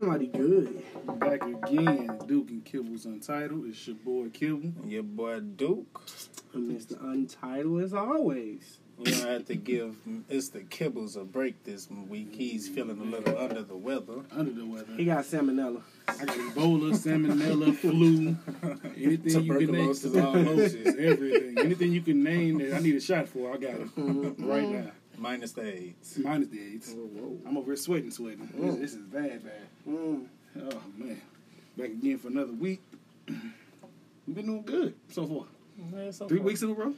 Somebody good. Back again, Duke and Kibble's Untitled. It's your boy Kibble. Your boy Duke. And Mr. Untitled as always. We don't have to give Mr. Kibbles a break this week. He's feeling a little under the weather. Under the weather, He got salmonella. Ebola, salmonella, flu, anything you can name, Tuberculosis, all tuberculosis, everything, anything you can name that I need a shot for, I got it right now. Minus the AIDS. Minus the AIDS. whoa. I'm over here sweating, sweating. This, this is bad, bad. Mm. Oh man, back again for another week. We've been doing good so far. so Three weeks in a row.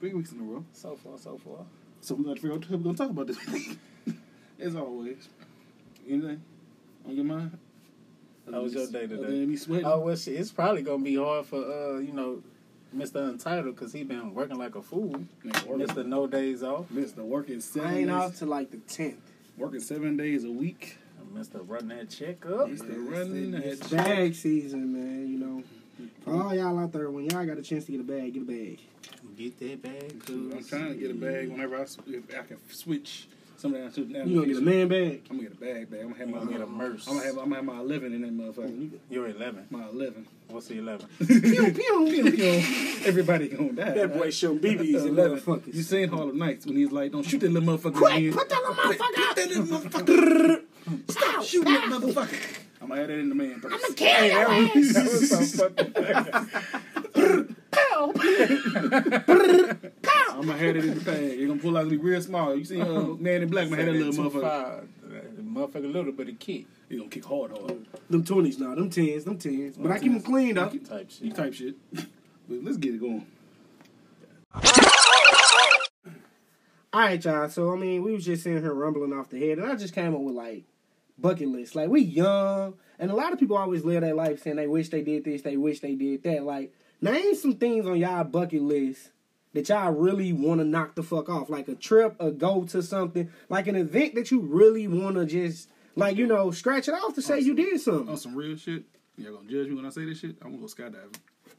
Three weeks in a row. So far, so far. So we're gonna figure out what we're gonna talk about this week. As always. Anything on your mind? How was your day Other today? than me sweating. Oh, well, shit, it's probably going to be hard for, uh, you know, Mr. Untitled because he been working like a fool. Man, working- Mr. No Days Off. Missed the working I seven ain't days, off to like the 10th. working seven days a week. Mr. Run That Check Up. Mr. It's- running it's that bag season, man, you know. For all y'all out there, when y'all got a chance to get a bag, get a bag. Get that bag, cuz. I'm trying to get a bag whenever I, s- if I can switch something out to now. You gonna get a man bag? I'm gonna get a bag, bag. I'm gonna have I'm my going to get a merce. I'm gonna have, I'm gonna have my eleven in that motherfucker. You're 11. My eleven. What's the 11? pew, pew, pew. Everybody gonna die. That boy showing BBs and Eleven. motherfuckers. You seen Harlem Nights when he's like, "Don't shoot that little motherfucker." Quick, again." put that little motherfucker out. That little motherfucker. Stop shooting that motherfucker. I'm gonna add that in the man. I'm gonna kill you. That was so fucking. I'm gonna have it in the bag. You're gonna pull out to be real small. You seen uh, Man in Black? Man had that little motherfucker. Motherfucker, little bit of kick. You gonna kick hard, hard. Them 20s, nah, them 10s, them 10s. But I keep them clean, though. Type You shit. type shit. But let's get it going. All right, y'all. So I mean, we was just sitting here rumbling off the head, and I just came up with like bucket list. Like we young, and a lot of people always live their life saying they wish they did this, they wish they did that. Like name some things on y'all bucket list that y'all really want to knock the fuck off, like a trip, a go to something, like an event that you really want to just like you know scratch it off to say you did something. On some real shit. Y'all gonna judge me when I say this shit? I'm gonna go skydiving.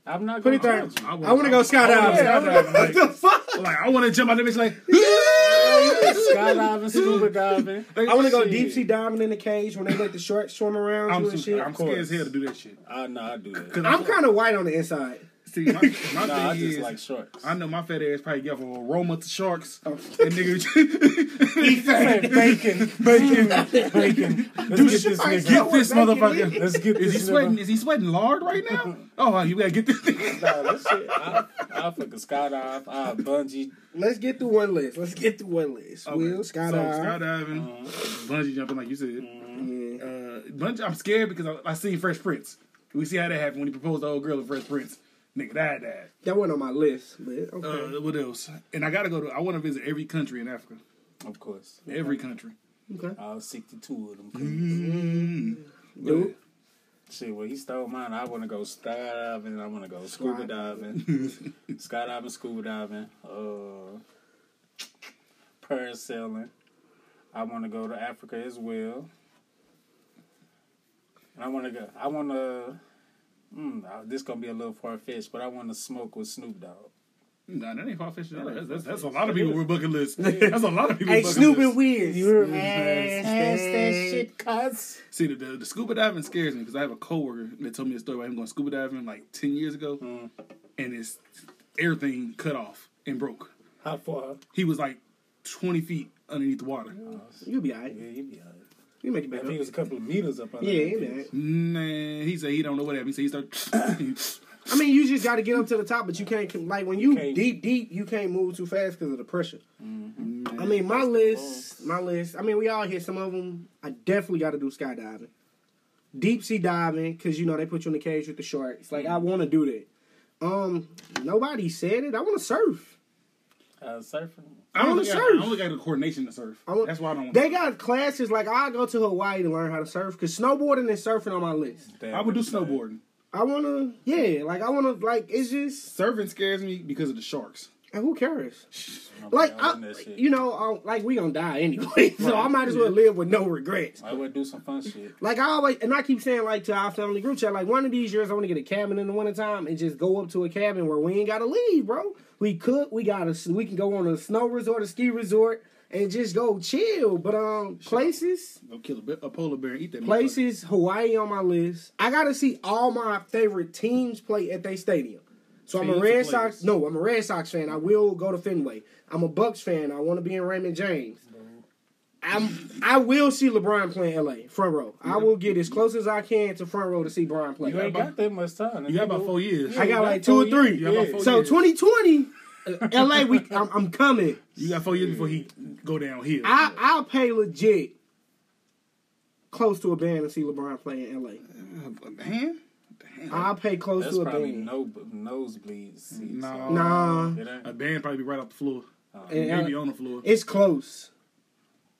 I'm not Put going it there. to I want to go skydiving. yeah, I wanna go what the fuck? Like I want to jump out there, bitch. Like skydiving, scuba diving. I want to go deep sea diving in the cage when they let the sharks swim around you I'm, and shit. I'm scared as hell to do that shit. Uh, no, I do that. 'Cause I'm kind of white on the inside. See, my, my No, thing I just is, like shorts. I know my fat ass probably get from aroma to sharks and nigga. bacon, bacon, bacon. Let's get this nigga. Get this motherfucker. Let's get Is he this sweating? nigga. Is he sweating lard right now? Oh, you gotta get this. thing. Nah, that shit. I, I fucking skydive. I bungee. Let's get through one list. Let's get through one list. Okay, Will so skydive. skydiving, bungee jumping, like you said. yeah. Uh, bungee, I'm scared because I, I seen Fresh Prince. We see how that happened when he proposed to the old girl in Fresh Prince. Nigga, that died. That wasn't on my list, but okay. Uh, what else? And I gotta go to. I want to visit every country in Africa. Of course, Every country. okay. all sixty-two of them. cooties. Mm-hmm. Mm-hmm. Dude, Shit, well, he stole mine. I want to go skydiving. I want to go scuba diving. skydiving, scuba diving. Uh, parasailing. I want to go to Africa as well. And I want to go. I want to. Mm, uh, this gonna be a little far fetched, but I want to smoke with Snoop Dogg. Nah, that ain't far fetched. That's, that's, that's a lot of people with bucket list. That's a lot of people. hey, bucket Snoop list. and Wiz. shit, cuz. See, the, the, the scuba diving scares me because I have a coworker that told me a story about him going scuba diving like 10 years ago and it's everything cut off and broke. How far? He was like 20 feet underneath the water. You'll be alright. Yeah, he'd be alright. You make it back If up. he Yeah, was a couple of meters up on you'll be alright. Man, he said he don't know what happened. He said he started. I mean, you just got to get up to the top, but you can't, like, when you can't. deep, deep, you can't move too fast because of the pressure. Mm-hmm. I mean, my list, my list, I mean, we all hit some of them. I definitely got to do skydiving. Deep sea diving, because, you know, they put you in the cage with the sharks. Like, Mm-hmm. I want to do that. Um, Nobody said it. I want to surf. Uh, surfing. I wanna only got, surf. I only got the coordination to surf. I want- That's why I don't want They got classes like I go to Hawaii to learn how to surf because snowboarding and surfing on my list. Damn, I would do it's like- snowboarding. I wanna, yeah, like I wanna, like it's just Surfing scares me because of the sharks. and who cares? I'm Like down I, with that shit. you know, I, like we gonna die anyway, so I might as well live with no regrets. I would do some fun shit. Like I always, and I keep saying like to our family group chat, like one of these years I want to get a cabin in the wintertime and just go up to a cabin where we ain't gotta leave, bro. We cook, we gotta, we can go on a snow resort, a ski resort, and just go chill. But um, places, Go kill a, be- a polar bear and eat that. places, Hawaii on my list. I gotta see all my favorite teams play at their stadium. So I'm a Fans or Red players? Sox. No, I'm a Red Sox fan. I will go to Fenway. I'm a Bucks fan. I want to be in Raymond James. I'm. I will see LeBron playing LA front row. I will get as close as I can to front row to see Brian play. You ain't got that much time. You got about four years. I got Yeah, like two or four years. three. Yeah, about four so years. 2020, uh, LA, we I'm, I'm coming. You got four years before he go downhill. I I'll pay legit close to a band to see LeBron play in LA. man, damn. I'll pay close That's to a probably band. no nosebleed seats. No. nah, It ain't. a band probably be right off the floor, And maybe LA on the floor. it's close.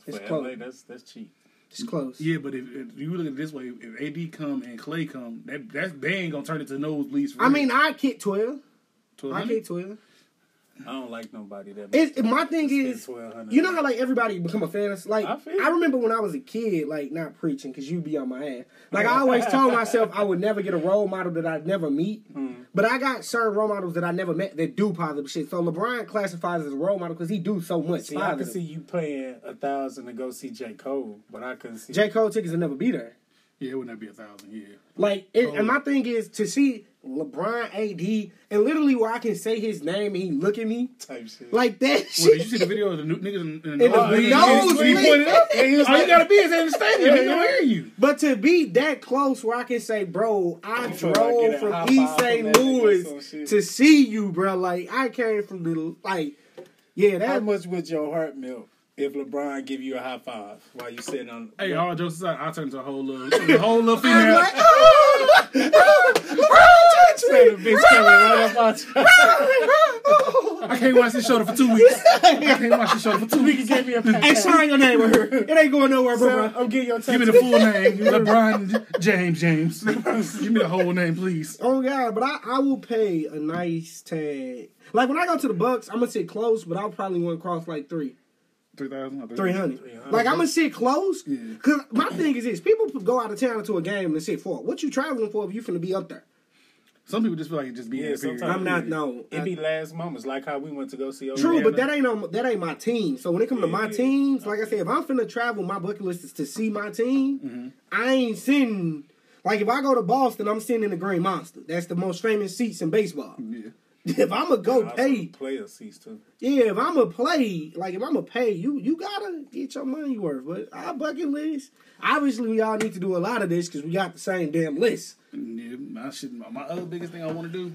It's For close. LA, that's that's cheap. It's close. Yeah, but if, if you look at it this way, if AD come and Clay come, that that band gonna turn into nosebleeds. For I real. mean, I kick twelve. I 1200? kick twelve. I don't like nobody that. much. It, it- my thing Spend is, 1200. you know how like everybody become a fan. Of, like I feel I, remember when I was a kid, like not preaching because you be on my ass. Like I always told myself I would never get a role model that I'd never meet. Hmm. But I got certain role models that I never met that do positive shit. So LeBron classifies as a role model because he do so much. See, I positive. could see you paying a thousand to go see J Cole, but I couldn't see. J Cole tickets will never be there. yeah, it wouldn't that be a thousand? Yeah, Like, it, Oh. and my thing is to see LeBron AD and literally where I can say his name and he look at me type shit. like that. Well, did you shit. see the video of the new niggas in, in In the nosebleeds? nosebleeds. He pointed up. All you gotta be is in the stadium. They gonna hear you. But to be that close where I can say, bro, I feel like getting drove a high from five East from St. that nigga or some Louis shit. to see you, bro. Like I came from the like, yeah, How that much would your heart melt if LeBron give you a high five while you sitting on? Hey, all jokes aside, I turned into a whole little, a whole little female. like, oh, LeBron touched me. Bitch coming right up out you. I can't watch this show for two weeks. I can't watch this show for two weeks. Give me a pat. Hey, sign your name right here. It ain't going nowhere, bro. I'm getting Oh, your Give me tattoo. the full name, LeBron James James. Give me the whole name, please. Oh god, but I, I will pay a nice tag. Like when I go to the Bucks, I'm gonna sit close, but I'll probably want to cross like three, Three thousand. three hundred. Like I'm gonna sit close, Yeah. cause my thing is this: people go out of town to a game and sit for it. what you traveling for if you finna be up there. Some people just feel like it just be Yeah, yeah, sometimes- I'm not no. It be last moments, like how we went to go see. Old True, Man. but that ain't on, that ain't my team. So when it come to my Yeah. teams, like I said, if I'm finna travel, my bucket list is to see my team. I ain't sitting. Like if I go to Boston, I'm sitting in the Green Monster. That's the most famous seats in baseball. Yeah. If I'm gonna go I also pay, player seats too. Yeah, if I'm a play, like if I'm a pay, you you gotta get your money worth. But our bucket list, obviously, we all need to do a lot of this because we got the same damn list. Yeah, my shit. My, my other biggest thing I want to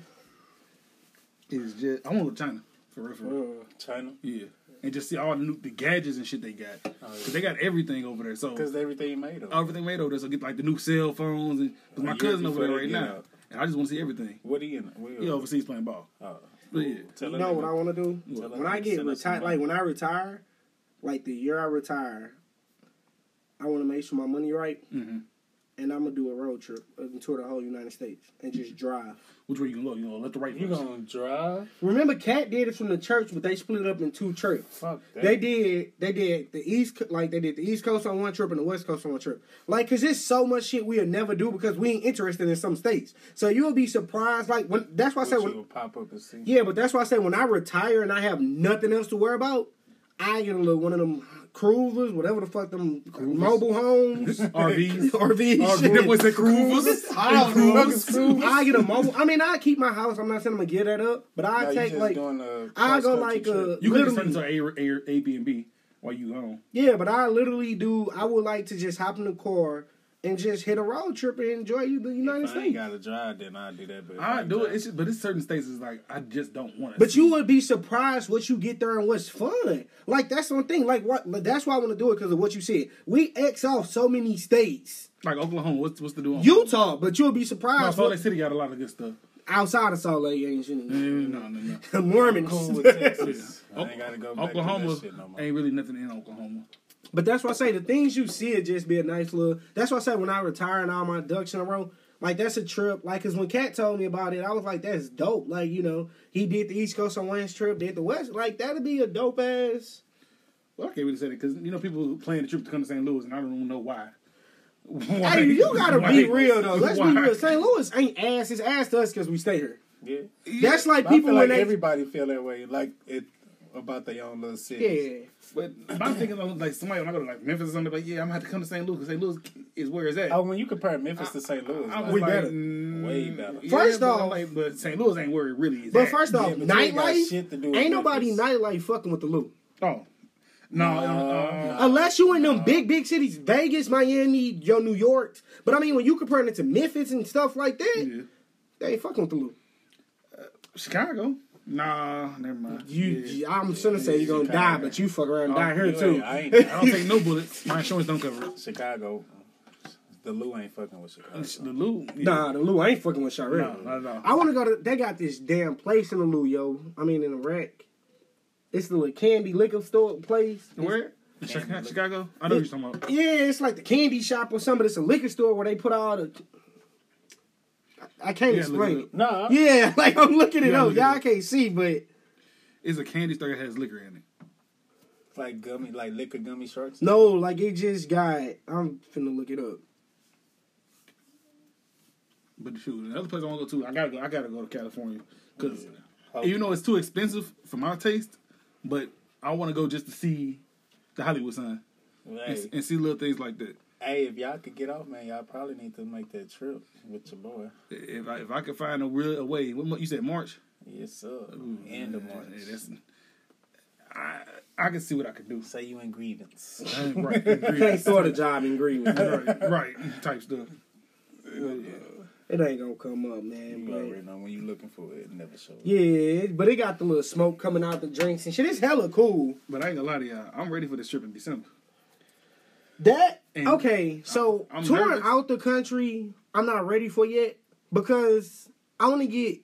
do is just I want to go to China for real, for real. China, Yeah, Oh, and just see all the new the gadgets and shit they got. 'Cause they got everything over there. So because everything made of. everything made over there. So get like the new cell phones and 'cause my Yeah, cousin over before there they right get now, out. and I just want to see everything. What are you in? What He overseas playing ball. Oh. But yeah, Tell You her know what nigga. I want to do? Tell her When I nigga get send us some retired, money. like when I retire, like the year I retire, I want to make sure my money right, and I'm gonna do a road trip and tour the whole United States and just drive. which way you gonna go? You gonna left or right? You first? gonna drive? Remember, Cat did it from the church, but they split it up in two trips. Fuck that. They did. They did the east, Co- like they did the east coast on one trip and the west coast on one trip. Like, cause there's so much shit we'll never do because we ain't interested in some states. So you'll be surprised. Like when that's why I said, What you when, will pop up and see. yeah, but that's why I say when I retire and I have nothing else to worry about, I get a little one of them cruisers, whatever the fuck them mobile homes, RVs. RVs. RV. That was the cruisers. I don't know. Fuck screw. I get a mobile. I mean, I keep my house. I'm not saying I'm gonna give that up, but I No, you take just like doing a I go cross-country like uh, trip. a You can just turn literally- into a, a, Airbnb while you gone. Yeah, but I literally do. I would like to just hop in the car and just hit a road trip and enjoy you the United If I ain't States. gotta drive, then I do that. But if I can do it, drive- it's just, but it's certain states is like I just don't want to. But you would be surprised what you get there and what's fun. Like that's one thing. Like what? but That's why I want to do it because of what you said. We X off so many states. like Oklahoma. What's what's the do? on- Utah, but you'll be No, surprised Salt Lake what- City got a lot of good stuff. outside of Salt Lake ain't shit. Mm, No, no, no. The Mormons. cool with Texas. I Oh, ain't gotta go back Oklahoma to that shit no more. ain't really nothing in Oklahoma. But that's why I say the things you see it just be a nice little. That's why I say when I retire and all my ducks in a row, like that's a trip. Like, cause when Kat told me about it, I was like, that's dope. Like, you know, he did the East Coast on one trip, did the West. Like, that'd be a dope ass. Well, I can't really say that because you know people plan the trip to come to St. Louis, and I don't even know why. Why- Hey, you gotta why- be real though. Let's why? be real. St. Louis ain't ass. It's ass to us because we stay here. Yeah. That's like But I people feel like when they. everybody feel that way. Like it, about their own little cities. Yeah. But I'm thinking like, like somebody when I go to like Memphis or something, like yeah, I'm gonna have to come to St. Louis because St. Louis is where it's at. Oh, when you compare Memphis to St. Louis, I like, was We like, better. mm, Way better. yeah, First but I'm off- like, but St. Louis ain't where it really is. But at. first Yeah, off, but they ain't got nightlife shit to do with ain't nobody Memphis. nightlife fucking with the loot. oh no, No, uh, no. Unless you in them big, big cities, Vegas, Miami, your New York. But I mean, when you comparing it to Memphis and stuff like that, yeah. they ain't fucking with the loot. Chicago. Nah, never mind. You, yeah. I'm gonna say you're gonna Chicago. die, but you fuck around and Oh, die here You too. ain't- I ain't I don't take no bullets. My insurance don't cover it. Chicago. The Lou ain't fucking with Chicago. The Lou. yeah. Nah, the Lou I ain't fucking with no, Shireen. not at all. I want to go to. They got this damn place in the Lou, yo. I mean, in Iraq. It's the little candy liquor store place. Where? Chicago. Chicago? I know what you're talking about. Yeah, it's like the candy shop or something. It's a liquor store where they put all the. I, I can't Yeah, explain it. look No, yeah. Yeah, like I'm looking it Yeah, up. look it Y'all up. can't see, but It's a candy store that has liquor in it. like gummy, like liquor gummy shorts. no, like it just got. I'm finna look it up. But shoot, another place I want to go to, I gotta go. I gotta go to California because Oh, even though it's too expensive for my taste, but I want to go just to see the Hollywood sign and, hey, and see little things like that. hey, if y'all could get off, man, y'all probably need to make that trip with your boy. If I if I could find a real a way, what month- you said March? Yes, sir. End of March. Yeah, that's, I I can see what I could do. Say you in grievance. right, Can't right, start a job in Greenwood. right, type stuff. it ain't gonna come up, man. You but- already know when you looking for it, it never shows. up. Yeah, but it got the little smoke coming out the drinks and shit. It's hella cool. But I ain't gonna lie to y'all, I'm ready for this trip in December. That And okay? So I'm touring nervous. out the country, I'm not ready for yet because I want to get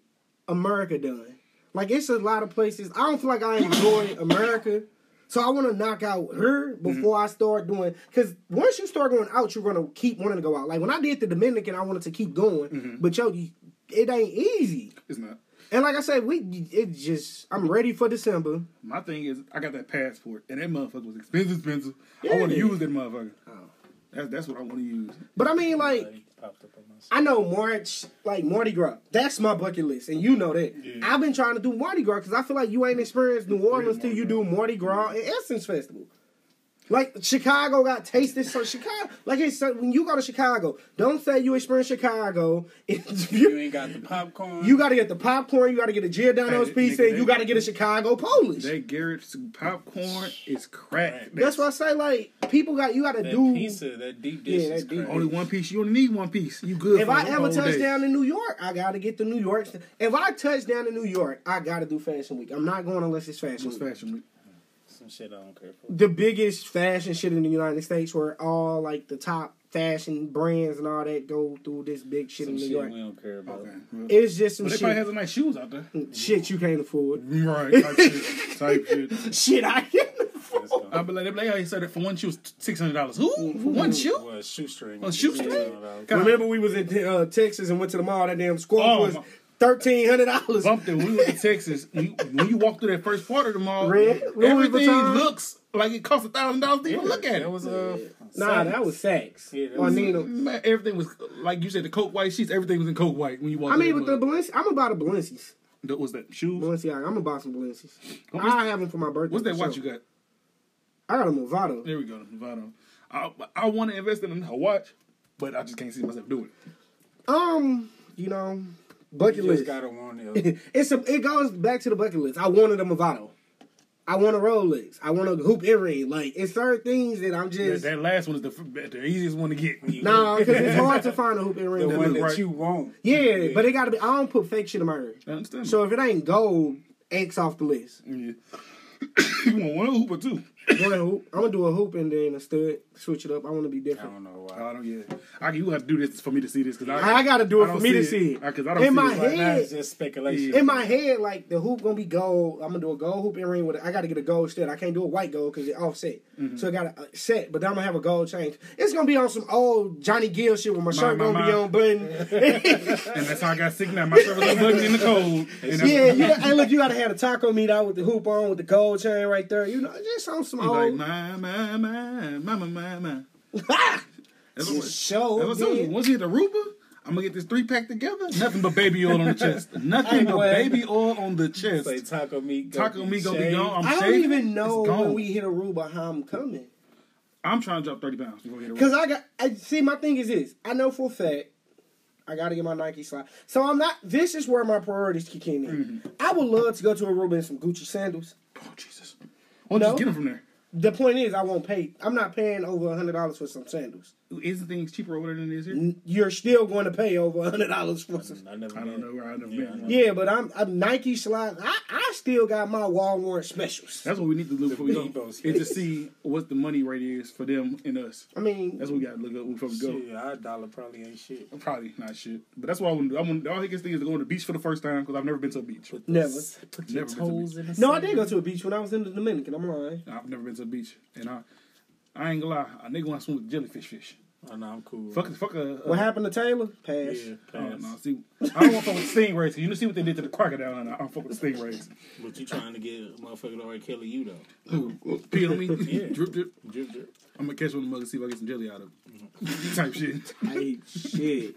America done. Like it's a lot of places. I don't feel like I enjoy America, so I want to knock out Mm-hmm. her before I start doing. Because once you start going out, you're gonna keep wanting to go out. Like when I did the Dominican, I wanted to keep going, Mm-hmm. but yo, you- it ain't easy. It's not. And like I said, we it just I'm ready for December. My thing is, I got that passport, and that motherfucker was expensive, expensive. I Yeah. want to use that motherfucker. Oh. That's that's what I want to use. But I mean, like Like, popped up on my I know March, like Mardi Gras. That's my bucket list, and you know that. I've been trying to do Mardi Gras because I feel like you ain't experienced New Orleans till you do Mardi Gras and Essence Festival. Like Chicago got tasted so Chicago. Like it's so, when you go to Chicago, don't say you experience Chicago. It's- You you ain't got the popcorn. you got to get the popcorn. You got to get a Giordano's Hey, pizza. nigga, and you they- got to get a Chicago Polish. That Garrett's popcorn is crack. That's why I say like people got you got to that do. pizza, that deep dish Yeah, that is deep crazy. Only one piece. You only need one piece. You good? If for I the ever whole touch day. down in New York, I gotta get the New York. St- if I touch down in New York, I gotta do Fashion Week. I'm not going unless it's Fashion It's Week. fashion week. Some shit I don't care for. The biggest fashion shit in the United States, where all like the top fashion brands and all that go through this big shit Some in New shit York. we don't care about. Okay. Well, It's just some but they probably have Oh. shit, Mm. some nice shoes out there. shit you can't afford. Right. Type shit. Type shit. Shit I can. That's gonna- I'd be like, they be like, "Hey, sir, for one shoe, six hundred dollars. Who? Mm-hmm. For one shoe? Well, shoestring. Oh, shoestring? Yeah. God. Remember we was in uh, Texas and went to the mall. That damn squad Oh, was my- thirteen hundred dollars. Bumped it. When we went to Texas, when you, when you walk through that first part of the mall, Red, Louis everything Vuitton. looks like it costs a thousand dollars to even look at That it. was uh, Nah, that was Saks. Yeah, that Or was- Neiman. Man, everything was like you said. The coke white sheets. Everything was in coke white when you walked. I mean, with the through Balenci, I'm about a Balenci's. the, what was that shoes? Balenciaga. I'm gonna buy some Balenci's. What was- I have them for my birthday. What's that for watch you sure. got? I got a Movado. There we go. Movado. I I want to invest in a watch, but I just can't see myself doing it. Um, you know, You bucket just list. gotta warn you. it's a. It goes back to the bucket list. I wanted a Movado. I want a Rolex. I want a hoop earring. Like it's certain things that I'm That, just that last one is the f- the easiest one to get. nah because it's hard to find a hoop The earring. that one look that right. you want. Yeah, but it got to be. I don't put fake shit in my ear. I understand. So if it ain't gold, X off the list. yeah. you want one hoop or two? Go to hoop. I'm gonna do a hoop and then a stud. Switch it up. I want to be I different. don't know I why. don't. Yeah, I, you have to do this for me to see this because I, I gotta do it don't for me to see it. I, Cause I don't In see my it. head. Right now it's just speculation. In my head, like the hoop gonna be gold. I'm gonna do a gold hoop and ring with it. I gotta get a gold stud. I can't do a white gold because it offset. Mm-hmm. So I gotta uh, set, but then I'm gonna have a gold change. It's gonna be on some old Johnny Gill shit with my, shirt my, gonna be my. on button. and that's how I got sick now. My shirt was unbuttoned in the cold. And that's- yeah, you, hey, look, you gotta have a taco meat out with the hoop on with the gold chain right there. You know, just on some He's like old my my my my my my my. That's what- show. that's what I told you. man. Once you hit the Aruba, I'm gonna get this three pack together. Nothing but baby oil on the chest. Nothing Ain't but what? baby oil on the chest. Say taco meat. Taco meat gonna be shaved. gone. I'm I don't shaving. even know It's gone. when we hit a rule by how I'm coming. I'm trying to drop 30 pounds before we get Cause away. I got I see my thing is this. I know for a fact I gotta get my Nike slide. So I'm not this is where my priorities kick in. I would love to go to a Aruba in some Gucci sandals. Oh Jesus! Well, just No. get them from there. The point is I won't pay I'm not paying over hundred dollars for some sandals. Isn't things cheaper over there than it is here? N- You're still going to pay over hundred dollars for some I never. I don't know where I've never Yeah, I been. know. Yeah, but I'm, I'm Nike slide. I, I still got my Walmart specials. That's what we need to look before we go. Bebo's. Is to see what the money rate is for them and us. I mean, That's what we got to look up before we go. Shit, our dollar probably ain't shit. Probably not shit, but that's what I want to do. I want all I biggest thing is to go to the beach for the first time because I've never been to a beach. Never. Put your Never toes in the no, I did go to a beach when I was in the Dominican. I'm lying. I've never been to a beach, and I, I ain't gonna lie, a nigga want to swim with jellyfish fish. Oh, no, I'm cool. Fuck, fuck a. What a happened to Taylor? Pass. Yeah, I pass. don't know. See, I don't want to fuck with stingrays. 'cause You know, see what they did to the crocodile, and I don't fuck with stingrays. But you trying to get motherfucker to R. Kelly you though? Ooh, ooh, Pee on me, Yeah. drip drip. Drip drip. I'm gonna catch one of the mug and see if I get some jelly out of it. type shit, I ate shit,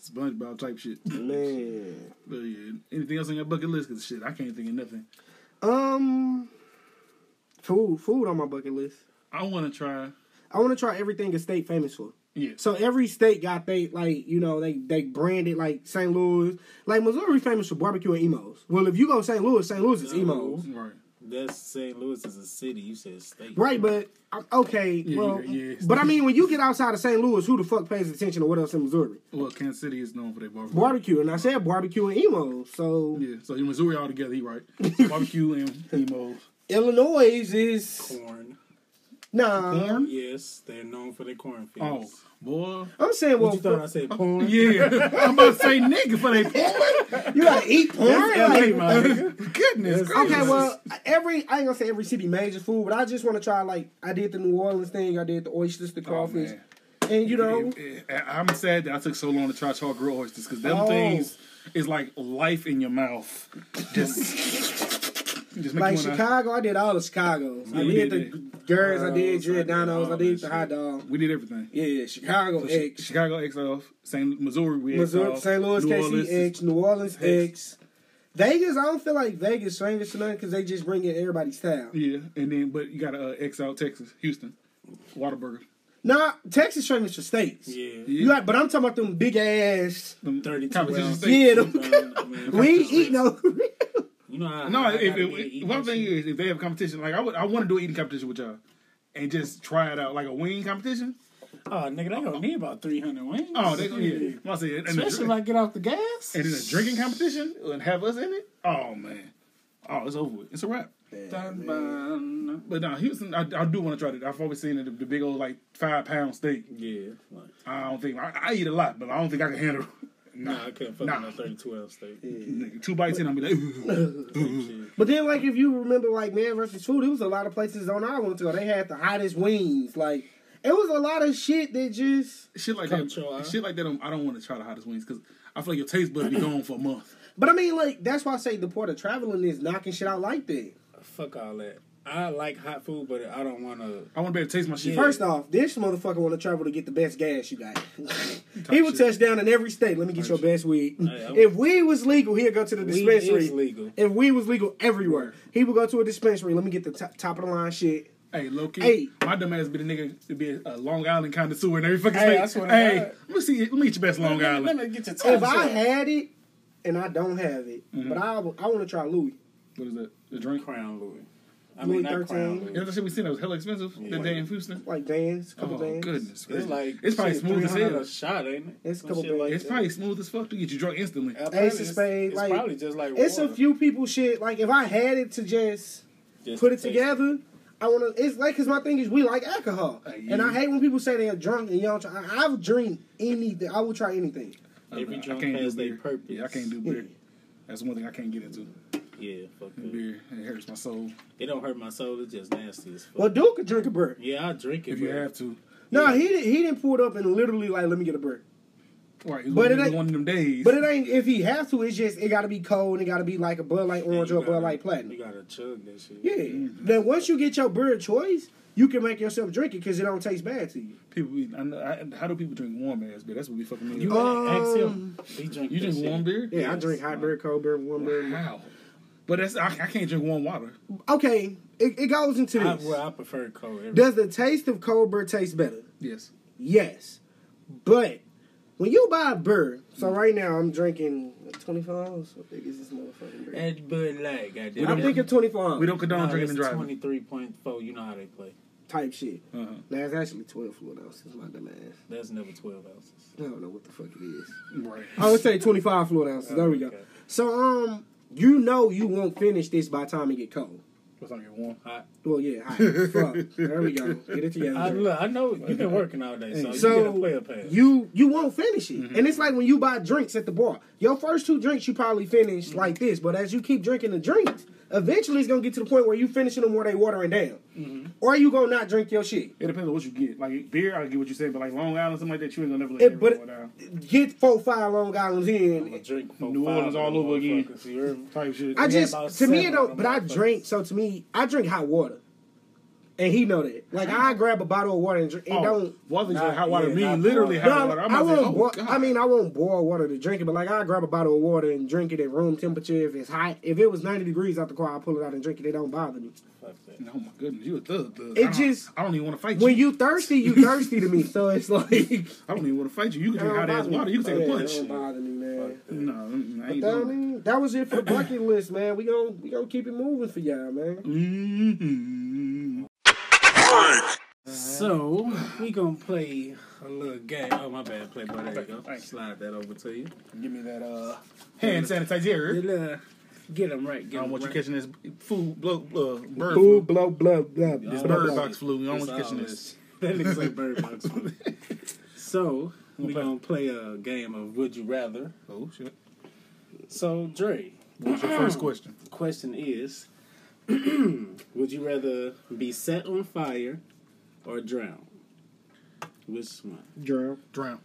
SpongeBob type shit. man. But yeah, anything else on your bucket list? Cause shit, I can't think of nothing. Um, food, food on my bucket list. I want to try. I want to try everything a state famous for. Yeah, So every state got they like you know they they branded like St. Louis, like Missouri famous for barbecue and emos. Well, if you go to St. Louis, St. Louis is emos, right. That's St. Louis is a city. You said state. right? But I'm- okay, Yeah, well, yeah, yeah. but I mean when you get outside of St. Louis, who the fuck pays attention to what else in Missouri? Well, Kansas City is known for their barbecue. Barbecue, and I said barbecue and emos. So Yeah, so in Missouri all together, he right. Barbecue and emos. Illinois is Corn. nah. Corn? Yes, they're known for their Oh, cornfields. boy. I'm saying What well, you thought I said corn? Yeah. I'm about to say nigga for they porn. you gotta eat porn. LA, like- my nigga. Goodness gracious. Okay, well, every I ain't gonna say every city major food, but I just want to try. Like I did the New Orleans thing, I did the oysters, the crawfish, Oh, man. and you know, Eh, eh, I'm sad that I took so long to try charred grilled oysters because them Oh. things is like life in your mouth. Just, like just make you wanna- Oh, Chicago, I did all of Chicago. I you did did Oh, the Gers, I did Girls, I did Giordano's, I all did that the hot shit. dog. We did everything. Yeah, Chicago X, Chicago X off. St. Missouri we X Missouri, off. St. Louis, New KC Orleans is- X, New Orleans X. Vegas, I don't feel like Vegas famous to nothing because they just bring in everybody's town. Yeah, and then but you gotta uh, X out Texas, Houston, Waterburger. Nah, Texas famous for states. Yeah. You like, but I'm talking about them big ass. Them 32 competition rounds. states. Yeah, them, we ain't eat eat no. You know how No, I, if, gotta if, be E eating one that thing shit. is if they have competition, like I would, I want to do an eating competition with y'all, and just try it out like a wing competition. oh nigga, they gonna need about three hundred wings. Oh, they gonna yeah. I'm say, and, and, a, Especially dri- if I get off the gas. and then a drinking competition and have us in it. Oh man, oh it's over. with. It's a wrap. Dun, bun. But now Houston, I, I do want to try that. I've always seen it, the, the big old like five pound steak. Yeah, like, I don't think I, I eat a lot, but I don't think I can handle. nah, I couldn't fuck Nah. with no thirty-two ounce steak. Nigga, Two bites in, I'm like, Shit. But then, like, if you remember, like, Man versus Food, it was a lot of places on I went to go. They had the hottest wings. Like, it was a lot of shit that just. shit like Come that. try. Shit like that. I'm, I don't want to try the hottest wings because I feel like your taste buds be gone for a month. But I mean, like, that's why I say the part of traveling is knocking shit out like that. Fuck all that. I like hot food, but I don't want to. I want to be able to taste my shit. Yeah. First off, this motherfucker want to travel to get the best gas you got. he would shit. touch down in every state. Let me get your best weed. Hey, I'm- If weed was legal, he'd go to the Weed dispensary. is legal. If weed was legal everywhere, he would go to a dispensary. Let me get the top, top of the line shit. Hey, low key, Hey. my dumb ass be the nigga to be a Long Island connoisseur in every fucking Hey, state. I swear to hey, God. let me see, let me eat your best Long Island. Let me get your If toes I out. had it, and I don't have it, Mm-hmm. but I, w- I want to try Louis. What is that? The drink? Crown Louis. I Louis mean, not Crown 13. You know Louis. that shit we seen that was hella expensive. Yeah. That day in Houston. Like bands, couple Oh bands. goodness, It's gracious. like it's probably shit, smooth as 300 hell. A shot, ain't it? It's a Some couple shit like It's that. probably smooth as fuck to get you drunk instantly. I bet Ace of it's- Spades, It's like- probably just like It's a water. few people shit. Like if I had it to just Just put it taste together, I want to. It's like because my thing is we like alcohol, Uh, and I yeah. hate when people say they are drunk and y'all. Try, I, I would drink anything. I will try anything. Every I drunk can't do has their beer. purpose. Yeah, I can't do beer. That's one thing I can't get into. Yeah, fuck it. Beer it hurts my soul. It don't hurt my soul. It's just nasty as fuck. Well, Duke could drink a beer. yeah, I drink it. If you but- have to, No, he didn't. He didn't pull it up and literally like let me get a beer. right? But It's one, it it's ain't- one of them days. But it ain't if he have to. It's just it got to be cold. and It got to be like a Bud Light Yeah, Orange you or a Bud gotta- Light Platinum. Mm-hmm. You gotta chug that shit. Yeah. Then once you get your beer choice, you can make yourself drink it because it don't taste bad to you. People, be, I know, I, how do people drink warm ass beer? That's what we fucking mean. You You, Um, ask him. He drink that drink shit. warm beer? Yeah, I drink hot beer, cold beer, warm beer. Wow. But that's I, I can't drink warm water. Okay, it, it goes into I, this. well, I prefer cold. Every, Does the taste of cold beer taste better? Yes. Yes. But when you buy a beer, so right now I'm drinking 24 ounce. What big is this motherfucking beer? That Bud Light, goddamn. I'm thinking 24 ounce We don't condone drinking and driving. Twenty three point four. You know how they play. type shit. Uh-huh. That's actually 12 fluid ounces, my dumb ass. That's never twelve ounces. I don't know what the fuck it is. Right. I would say 25 fluid ounces. There we go. Okay. So, um, you know you won't finish this by the time it get cold. What's on your warm? Well, yeah, hot. fuck. There we go. Get it I, together. look, I know you've been working all day, so, Oh, you So get a player pass. Mm-hmm. you you won't finish it, and it's like when you buy drinks at the bar. Your first two drinks you probably finish Mm-hmm. like this, but as you keep drinking the drinks, eventually it's gonna get to the point where you finishing them where they watering down, Mm-hmm. or you gonna not drink your shit. It depends on what you get. Like beer, I get what you said, but like Long Island, something like that, you ain't gonna never let It- it, but- go down. Get four five Long Islands I'ma in. drink four, New five Orleans of all them over again. motherfuckers, you heard me? Type shit. I I, just about to me it seven don't, of them but I motherfuckers. drink. So to me, I drink hot water, and he know that. Like I grab a bottle of water and drink. It don't. oh, water Nah, hot water. yeah, mean not literally cold. hot No, water. I'm I about to say, won't. oh, boil, God. I mean, I won't boil water to drink it, but like I grab a bottle of water and drink it at room temperature. If it's hot, if it was ninety degrees out the car, I pull it out and drink it. It don't bother me. Fuck that. oh my goodness, you a thug. thug. It I don't- just- I don't even want to fight When you. you thirsty, you thirsty to me. So it's like it I don't even want to fight you. You can don't drink hot ass bother me. water. You can take a Yeah, punch. It don't bother me, man. No, mm, I But ain't that, I doing mean, that was it for the bucket list, man. We gon' we gonna keep it moving for y'all, man. hmm So we gonna play a little game. Oh my bad, Playboy. There you go. Thanks. Slide that over to you. Give me that uh, hand sanitizer. Get, uh, get 'em right. I Get don't 'em want you right. catching this food, blow, uh, bird Ooh, flu. blow, blow, blow. This blow, Y'all bird blow. box flu. I don't It's want you catching all this. That looks like bird box. so we play- gonna play a game of Would You Rather. Oh shit! So Dre, What's your first question? question is: Would you rather be set on fire or drown? Which one? Drill. Drown.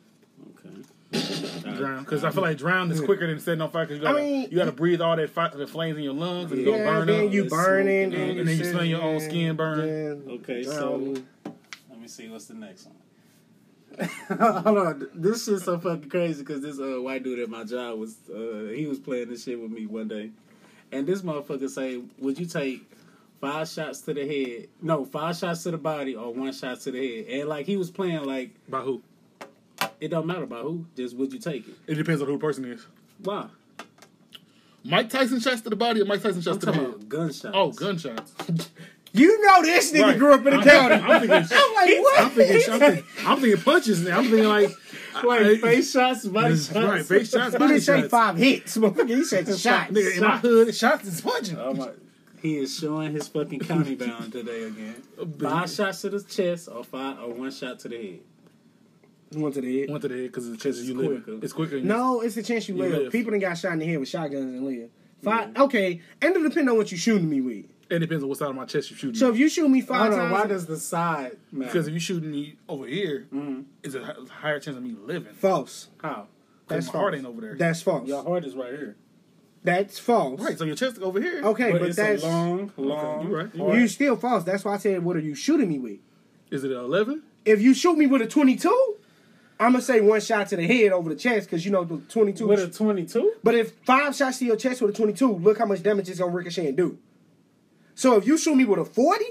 Okay. Uh, drown because I feel like drown is quicker than setting on fire because you gotta I mean- you gotta breathe all that fi- the flames in your lungs and Yeah, it's gonna burn then up. you it's burning, smoking, then and then you sit smell your own there, skin burn. then Okay, drowning. so Let me see what's the next one. Hold on, this shit's so fucking crazy because this uh, white dude at my job was uh, he was playing this shit with me one day, and this motherfucker say, "Would you take five shots to the head? No, five shots to the body or one shot to the head?" And like he was playing like By who? it don't matter about who, just would you take it? It depends on who the person is. Why? Mike Tyson shots to the body or Mike Tyson shots I'm to the talking head. about gunshots. Oh, gunshots! You know this nigga Right. grew up in the I'm- county. I'm thinking, I'm like, what? I'm thinking, I'm thinking, I'm thinking punches now. I'm thinking like, Like I- face shots, body shots. right, face shots, He body didn't say shots. five hits, motherfucker. He said shots. Nigga, in my shots. hood, shots is punching. Oh my. He is showing his fucking county bound today again. Five shots to the chest or five or one shot to the head. One to the head. One to the head because the chest is you It's live. quicker. It's quicker. than- No, it's the chance you live. live. People done got shot in the head with shotguns and live. Five, Okay, and it depends on what you shooting me with. It depends on what side of my chest you're shooting. So if you shoot me five Hold on, times, why does the side matter? because if you're shooting me over here, it's a hi- higher chance of me living. false. how? That's Because my false. heart ain't over there. That's false. Your heart is right here. That's false. Right, so your chest over here. Okay, but, but, it's that's a long, long. you right, you hard- you still false. That's why I said, what are you shooting me with? Is it an 11? If you shoot me with a twenty-two, I'm gonna say one shot to the head over the chest because you know the twenty-two. With a 22? But if five shots to your chest with a 22, look how much damage it's gonna ricochet and do. So if you shoot me with a 40,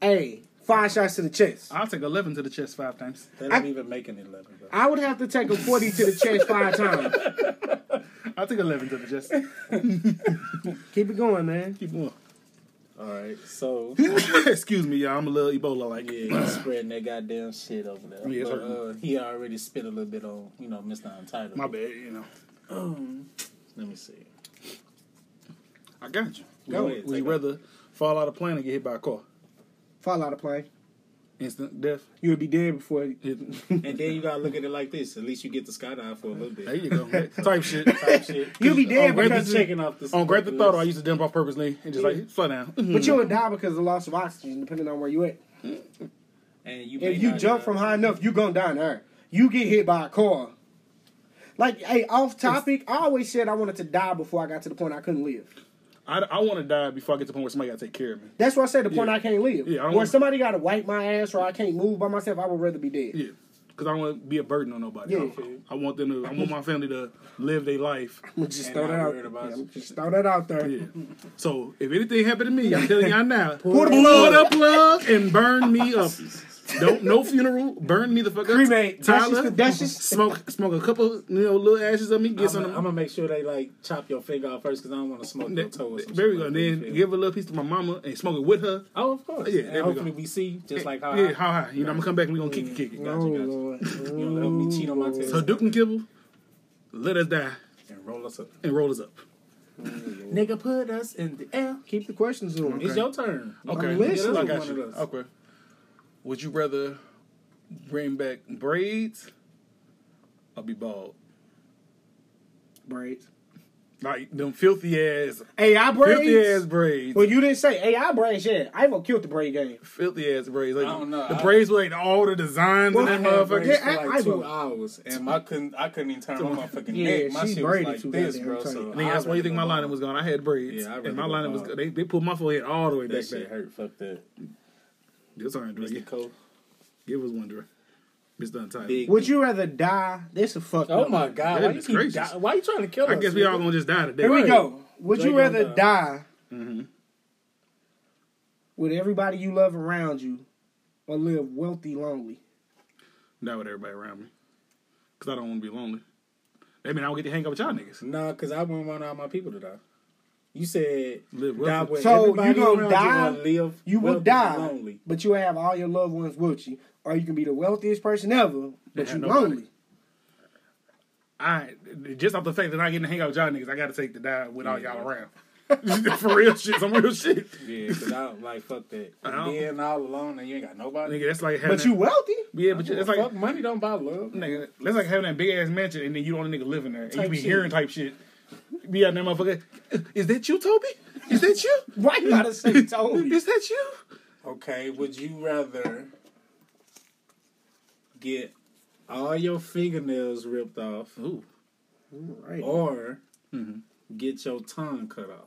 hey, five shots to the chest. I'll take 11 to the chest five times. That don't even make an 11, bro. I would have to take a 40 to the chest five times. I'll take 11 to the chest. Keep it going, man. Keep going. All right, so. Excuse me, y'all. I'm a little Ebola like. Yeah, he's spreading that goddamn shit over there. Yeah, it's but, uh, hurting. he already spit a little bit on, you know, Mr. Untitled. My bad, you know. Let me see. I got you. Go Would- ahead, Would take you rather fall out of plane or get hit by a car? Fall out of plane. Instant death. You would be dead before. you- Hit. And then you gotta look at it like this. At least you get to skydive for a little bit. there you go. type shit. Type shit. You'll be Oh, dead great because, decision. checking off the On Great the Thought, I used to jump off purposely and just like fly down. but you would die because of the loss of oxygen, depending on where you at. And you If you jump from high enough, you gonna die in the air. You get hit by a car. Like, hey, off topic, I always said I wanted to die before I got to the point I couldn't live. I, I want to die before I get to the point where somebody got to take care of me. That's why I said the point Yeah. I can't live. Yeah, or I don't if want- somebody got to wipe my ass or I can't move by myself, I would rather be dead. Yeah, because I don't want to be a burden on nobody. Yeah. I, I want them to. I want my family to live their life. I'm gonna just And throw not that worried out. about yeah, it. I'ma just throw that out there. Yeah. So if anything happened to me, I'm telling y'all now, Pull pull the the plug and burn me up. Don't no funeral, burn me the fuck up. Cremate. That's just Tyler, the- that's just- smoke smoke a couple you know little ashes of me. Get I'm some. gonna make sure they like chop your finger off first because I don't want to smoke your toe. Or some There we shit go. like that, you Then feel me? give a little piece to my mama and smoke it with her. oh, of course. Yeah, there And we go. hopefully we see just like how. yeah, how high? You know, I'm gonna come back and we gonna kick it, kick it. Gotcha, Oh gotcha. lord. Oh. You gonna let me cheat on my So test Duke and Kibble, let us die and roll us up. and roll us up. Nigga, put us in the air. Keep the questions on. It's your turn. Okay, I'm listening. I One got of you. those. Okay. Would you rather bring back braids or be bald? Braids. Like them filthy ass, AI filthy ass braids. braids, Well, you didn't say AI braids yet. I will killed the braid game. filthy ass braids. Like I don't know. the I- braids with like, all the designs Well, in I that had motherfucker. braids Yeah, for I- like I two would- hours, and my couldn't I couldn't even turn on my fucking Yeah, neck. My she shit was braided like too this, goddamn bro. tight. So And And then I that's why you really think my don't know. lining was gone. I had braids, Yeah, I really and my don't lining was know. they they pulled my forehead all the way That back. shit back. hurt. Fuck that. This aren't Mr. Dre. Cole. Give us one, Dre. Mr. Untitled. Big. Would you rather die? This is fucked Oh up. my god! Why you, Goodness keep gracious. di- why you trying to kill I us? guess we all nigga? gonna just die today. Here we Right. go. Would Drake you rather gonna die with everybody you love around you, or live wealthy lonely? Not with everybody around me, cause I don't want to be lonely. That mean I don't get to hang out with y'all niggas. Nah, because I wouldn't want all my people to die. You said Live die wealthy. with So, you everybody gonna around die? and live You will wealthy die, and lonely. but you will have all your loved ones with you, or you can be the wealthiest person ever, but have you nobody. lonely. I just off the fact that I get to hang out with y'all niggas, I got to take the dive with all y'all around. For real shit, some real shit. Yeah, because I don't like fuck that. I don't- Being all alone and you ain't got nobody. Nigga, that's like having But you that- wealthy. yeah, but you, that's like fuck money don't buy love. nigga, that's like having that big ass mansion and then you the only nigga living there and you Type be shit. hearing type shit. Be out there, motherfucker. Is that you, Toby? Is that you? Why you gotta say Toby? Is that you? Okay, would you rather get all your fingernails ripped off Ooh, Mm-hmm. right. or get your tongue cut off?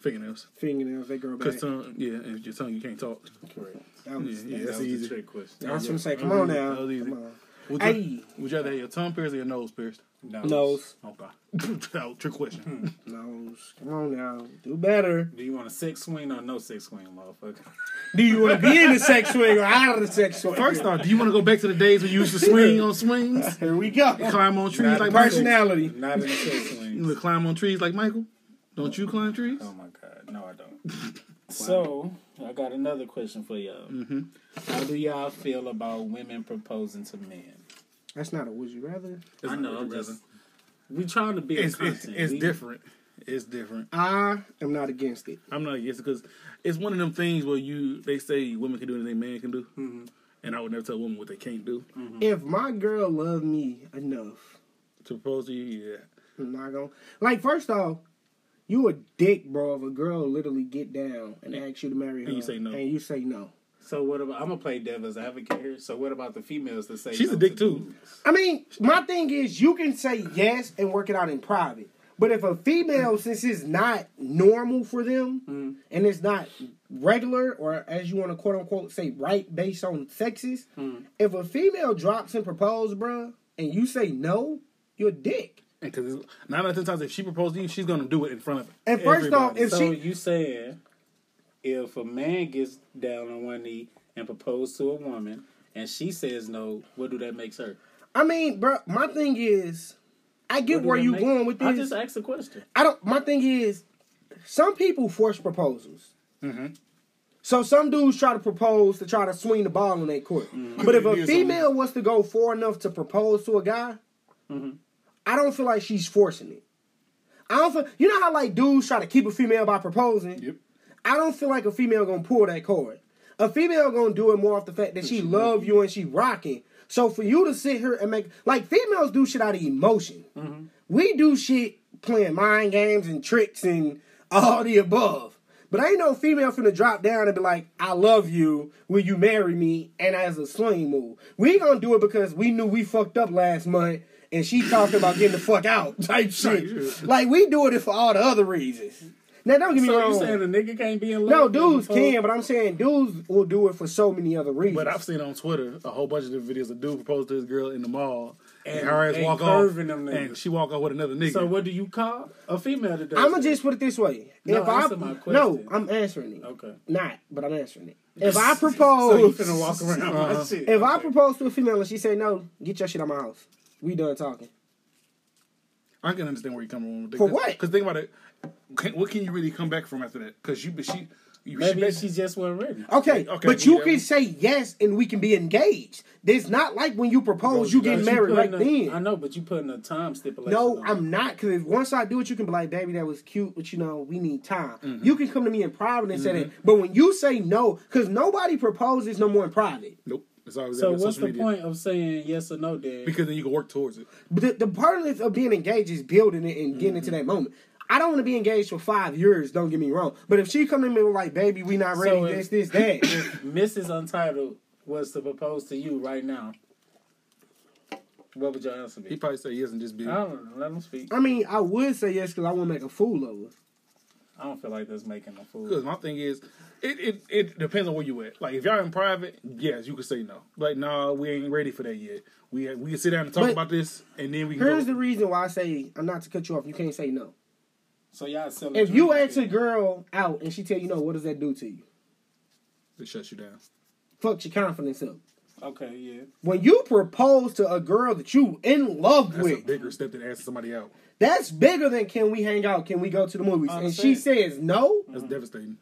fingernails. Fingernails, they grow back. Cause tongue, yeah, if your tongue, you can't talk. Correct. That Yeah, was- yeah that that's was easy. a trick question. I was gonna say, come That on was easy. now. That was easy. Come on. Would you, Hey, would you rather have your tongue pierced or your nose pierced? nose, Okay, Hmm. That was a trick question. nose. Come on now, do better. Do you want a sex swing or no sex swing, motherfucker? Do you want to be in the sex swing or out of the sex swing? First off, do you want to go back to the days when you used to swing on swings? here we go. climb on trees Not like Michael. Personality. Not in a sex swing. You would climb on trees like Michael. Don't you climb trees? Oh my god, no, I don't. So I got another question for y'all. Mm-hmm. How do y'all feel about women proposing to men? That's not a would you rather. It's I not know, what I'm you just. rather. We trying to be It's, a it's, content. it's We- different. It's different. I am not against it. I'm not against it because it's one of them things where you they say women can do anything man can do, Mm-hmm. and I would never tell women what they can't do. If my girl loved me enough, To propose to you, yeah. I'm not gonna like. First off, you a dick, bro. If a girl literally get down and ask you to marry her, And you say no. and you say no. So what about? I'm gonna play devil's advocate here. So what about the females that say She's no a dick to too. I mean, my thing is, you can say yes and work it out in private. But if a female, Mm. since it's not normal for them and it's not regular, or as you want to quote unquote say, right based on sexes, Mm. if a female drops and proposes, bruh, and you say no, you're a dick. And because nine out of ten times, if she proposes to you, she's gonna do it in front of. And first off, everybody. if so she. you saying if a man gets down on one knee and proposes to a woman and she says no, what do that makes her? I mean, bruh, my thing is, I get What do where that you make- going with this. I just asked a question. I don't. My thing is, some people force proposals. So some dudes try to propose to try to swing the ball in their court. But if a female was to go far enough to propose to a guy, I don't feel like she's forcing it. I don't feel. You know how like dudes try to keep a female by proposing. Yep. I don't feel like a female gonna pull that card. A female gonna do it more off the fact that she love you and she rocking. So for you to sit here and make like females do shit out of emotion. We do shit playing mind games and tricks and all the above. But ain't no female finna drop down and be like, I love you, will you marry me? And as a sling move. We gonna do it because we knew we fucked up last month and she talking about getting the fuck out type shit. Like we do it for all the other reasons. Now don't get me So wrong. you saying a nigga can't be in love? no, with dudes the fuck? can, but I'm saying dudes will do it for so many other reasons. But I've seen on Twitter a whole bunch of different videos of dude propose to his girl in the mall, and, And- her ass and walk off, curving them niggas. and she walk off with another nigga. So what do you call a female that does I'm gonna that? just put it this way. No, if I answer my question. no, I'm answering it. Okay. Not, but I'm answering it. If I So you propose, Uh-huh. finna walk around my shit. if I propose to a female and she say no, get your shit out my house. We done talking. I can understand where you come from. For what? Because think about it. Can, what can you really come back from after that? Because you, but she, you, she, Maybe bet- she just wasn't ready. Okay, Okay, but we you done. can say yes and we can be engaged. It's not like when you propose, you get But married right putting a- then. I know, but you putting a time stipulation. No, on it. I'm not. Because once I do it, you can be like, baby, that was cute, but you know, we need time. Mm-hmm. You can come to me in private and say that. But when you say no, because nobody proposes no more in private. nope. It's always So on what's social the media. point of saying yes or no, then? Because then you can work towards it. But the, the part of, of being engaged is building it and getting Mm-hmm. into that moment. I don't want to be engaged for five years, don't get me wrong. But if she come to me with like, baby, we not ready, So if- this, this, that. if Mrs. Untitled was to propose to you right now, what would your answer He be? probably say yes and just be. I don't know. Let him speak. I mean, I would say yes because I want to make a fool of her. I don't feel like that's making a Because fool. my thing is, it, it it depends on where you at. Like if y'all in private, yes, you could say no. Like nah, we ain't ready for that yet. We we can sit down and talk But- about this, and then we can. Here's go. the reason why I say I'm not to cut you off. You can't say no. So y'all selling. If you dreams ask a here. girl out and she tell you no, what does that do to you? It shuts you down. Fuck your confidence up. okay, yeah. When you propose to a girl that you in love That's a with, bigger step than asking somebody out. that's bigger than can we hang out? Can we go to the movies? I And she understand. says no. That's Mm-hmm. devastating.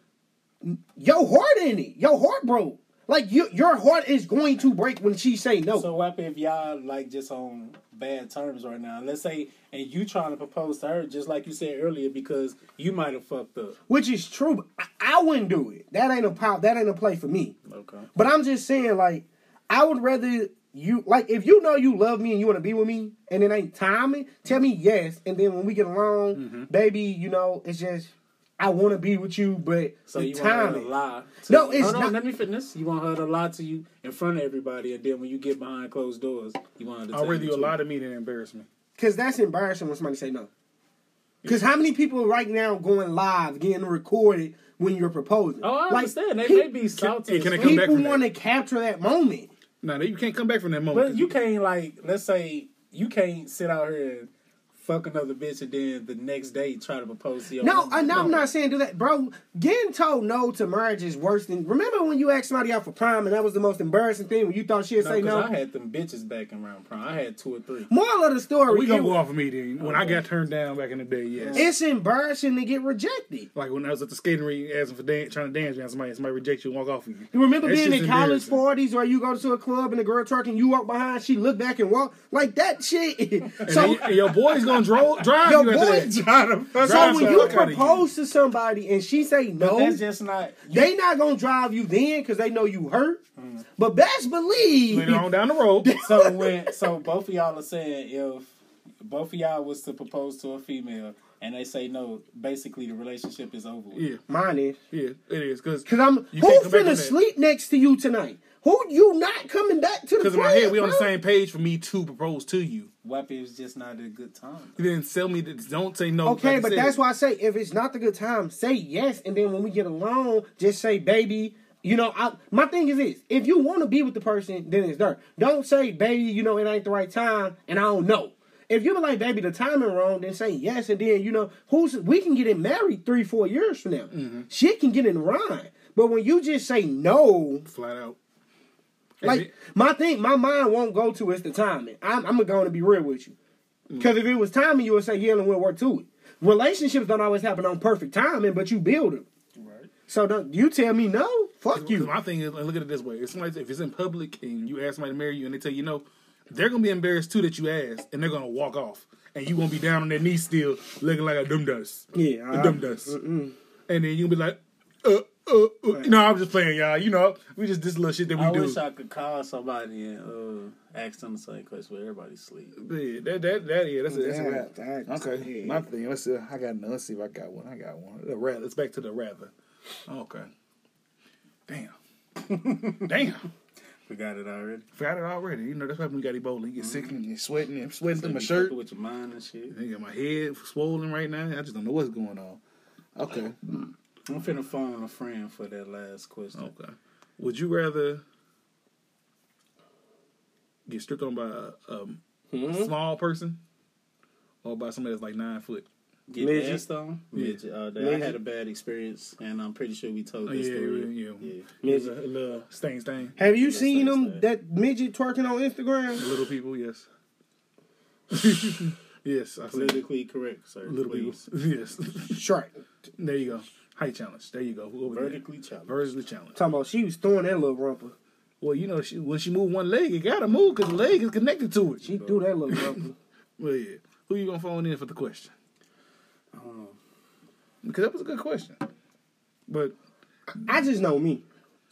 Your heart in it. Your heart broke. Like you, your heart is going to break when she say no. So what if y'all like just on bad terms right now? Let's say, and you trying to propose to her just like you said earlier because you might have fucked up. which is true. but I, I wouldn't do it. That ain't a pop. That ain't a play for me. Okay. But I'm just saying, like, I would rather you like if you know you love me and you want to be with me, and it ain't timing. Tell me yes, and then when we get along, Mm-hmm. baby, you know, it's just I want to be with you, but So the you want her timing. to lie? To No, you. it's Hold on, not- Let me finish. You want her to lie to you in front of everybody, and then when you get behind closed doors, you want her to. I'd tell rather you you the lie truth. to me than embarrass me. Cause that's embarrassing when somebody say no. Cause how many people right now going live, getting recorded when you're proposing? Oh, I Like, understand. They pe- may be salty. can as it fuck. come back People from that. want to capture that moment. No, you can't come back from that moment. But you can't like let's say you can't sit out here and fuck another bitch and then the next day try to propose to your No, woman. I, no, I'm not saying do that, bro. Getting told no to marriage is worse than. Remember when you asked somebody out for prom and that was the most embarrassing thing when you thought she'd No, say 'cause no. I had them bitches back in round prime. I had two or three. Moral of the story, we gonna it- go off of me then. When I got turned down back in the day, yes. it's embarrassing to get rejected. like when I was at the skating rink asking for dan- trying to dance, man, somebody somebody rejects you and walk off with you. You remember That being shit's in college embarrassing. parties where you go to a club and the girl twerking, you walk behind, she look back and walk like that shit. And so then- and your boy's gonna dro- drive Your you after boy that. So when Drive you somebody out of propose to somebody and she say no, That's just not. they not gonna drive you then because they know you hurt. Mm. But best believe, Later on down the road, So when so both of y'all are saying if both of y'all was to propose to a female and they say no, basically the relationship is over. With. yeah, mine is yeah, it is because because I'm who You can't come back from finna that. sleep next to you tonight. Who you not coming back to the? because in my head we on the club, same page for me to propose to you. What if it's just not a good time? You didn't sell me that. Don't say no. bro? Okay, like I but said. that's why I say if it's not the good time, say yes, and then when we get along, just say baby. You know, I, my thing is this: if you want to be with the person, then it's there. Don't say baby. You know, it ain't the right time, and I don't know. If you be like baby, the timing wrong, then say yes, and then you know who's we can get it married three, four years from now. Mm-hmm. Shit can get in rhyme, but when you just say no, flat out. And Like my thing, my mind won't go to it's the timing. I'm, I'm going to be real with you, because if it was timing, you would say yeah, and we'll work to it. Relationships don't always happen on perfect timing, but you build them. Right. So don't you tell me no? Fuck Because you. my thing is, and look at it this way: if somebody, if it's in public and you ask somebody to marry you and they tell you no, they're gonna be embarrassed too that you asked, and they're gonna walk off, and you gonna be down on their knees still, looking like a dumb dust, Yeah, a I- dumb dust, and then you'll be like, uh, uh, uh. no, I'm just playing, y'all. You know, we just this little shit that we I do. wish I could call somebody and uh, ask them the same question where everybody sleep. Yeah, that, that, that, yeah, that's a, that's a wrap. That- that- Okay, my thing. Let's see. I got another. Let's see if I got one. I got one. The rather. It's back to the rather. Okay. Damn. Damn. We got it already. Forgot it already. You know that's why when we got Ebola. You get sick and you're sweating and sweating through my You shirt. fucking with your mind and shit. I got my head swollen right now. I just don't know what's going on. Okay. I'm finna phone a friend for that last question. Okay. Would you rather get stripped on by a um, small person or by somebody that's like nine foot? Get Midget. asked on? Yeah. Midget all day. Midget. Uh, I had a bad experience, and I'm pretty sure we told Oh, this yeah, story. yeah, yeah. Midget. There's A, a little stain stain. Have you That's seen nice, them man. that midget twerking on Instagram? Little people, yes. yes, I said Politically correct, sir. little please. people. Yes. Shark. there you go. Height challenge. There you go. Whoever that- Vertically challenged. Vertically challenged. Talking about she was throwing that little rumper. Well, you know, she, when she move one leg, it gotta move because the leg is connected to it. She threw that little rumper. Well, yeah. Who you gonna phone in for the question? I don't know. Because that was a good question. But I just know me,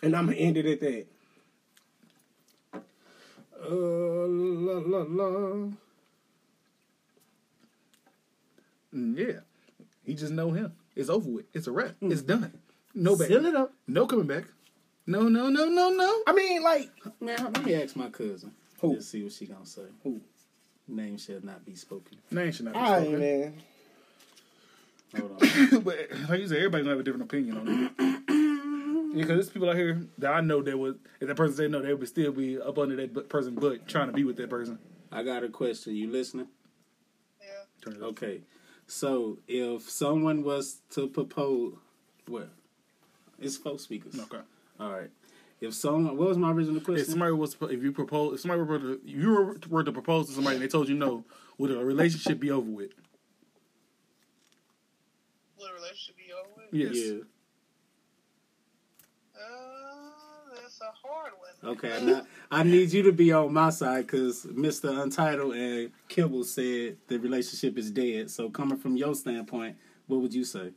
and I'm gonna end it at that. Uh, la la la. mm, yeah, he just know him. It's over with. It's a wrap. Hmm. It's done. No back. Seal it up. No coming back. No, no, no, no, no. I mean, like, Man, let me ask my cousin. Who? Let's see what she gonna say. Who? Name shall not be spoken. Name should not be all right, spoken. man. Hold on. but like you said, everybody gonna have a different opinion on it. Because there's people out here that I know that would, if that person said no, they would still be up under that bu- person, but trying to be with that person. I got a question. You listening? Yeah. Turn it up. Okay. So if someone was to propose, well, it's folk speakers. Okay. All right. If someone, what was my original If question? somebody was, if you propose, if somebody were to, if you were- were to propose to somebody and they told you no, would a relationship be over with? Will the relationship be over Yes. with? Yeah. Uh, that's a hard one. Okay, I, not- I need you to be on my side because Mr. Untitled and Kibble said the relationship is dead. So, coming from your standpoint, what would you say?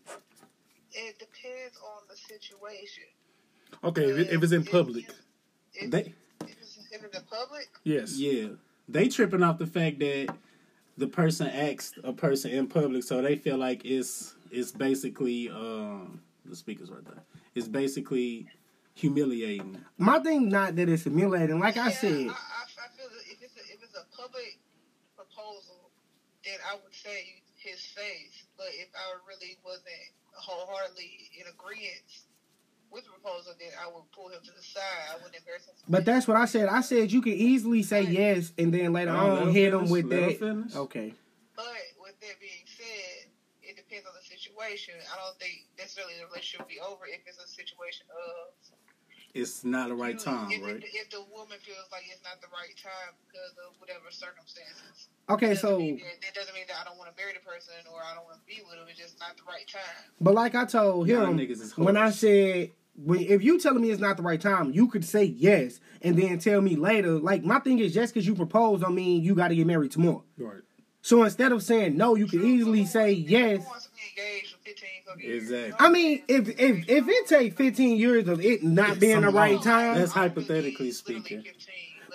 It depends on the situation. Okay. If, it, if it's in public, If, They, if it's if it's in public, yes. yeah, they tripping off the fact that the person asked a person in public, so they feel like it's it's basically um, the speakers right there. It's basically humiliating. My thing, not that it's humiliating. Like I yeah, said, I, I, I feel that if it's a, if it's a public proposal, then I would say his face. But if I really wasn't wholeheartedly in agreement with the proposal, then I would pull him to the side. I wouldn't embarrass him. but that's what I said. I said you can easily say yes, and then later Oh, let on her hit them finish, with let her that. finish. Okay. But with that being said, it depends on the situation. I don't think necessarily the relationship will be over if it's a situation of It's not the right you- time, if, right? If the woman feels like it's not the right time because of whatever circumstances. Okay. Doesn't So, mean that, that doesn't mean that I don't want to marry the person or I don't want to be with them. It's just not the right time. but like I told Y'all him, niggas is when I hoes. said. When, if you telling me it's not the right time, you could say yes and then tell me later. Like my thing is, just because you propose, don't mean you got to get married tomorrow. Right. So instead of saying no, you can easily Who say wants- yes. Who wants to be engaged for 15 fucking years? Exactly. I mean, if if if it take fifteen years of it not being the Some- right time, That's hypothetically speaking.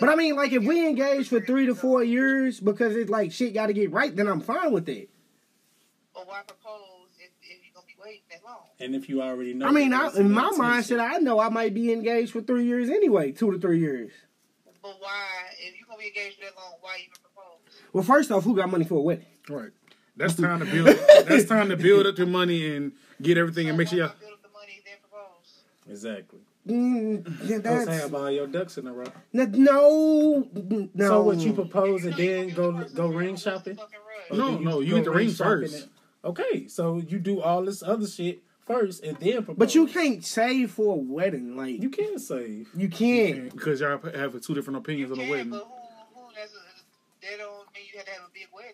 but I mean, like if we engage for three to four years because it's like shit got to get right, then I'm fine with it. But why propose if, if you're gonna be waiting that long? And if you already know, I mean, that I, it's in my not mindset, intentional. I know I might be engaged for three years anyway, two to three years. But why, if you're gonna be engaged for that long, why even propose? Well, first off, who got money for a wedding? Right. That's time to build. that's time to build up your money and get everything and make sure Why y'all. not build up the money then propose. exactly. Mm, yeah, That's have that's all your ducks in a row. n- no, n- no. So what you propose You and know you're then gonna go be with the go person, ring what's the shopping? fucking rush? Or No, do you no, you go get the ring ring shopping first. and- Okay, so you do all this other shit first and then propose. But you can't save for a wedding, like You can save. you can't. Because y'all have two different opinions on the Yeah, wedding. but who, who that's a, that don't mean you have to have a big wedding.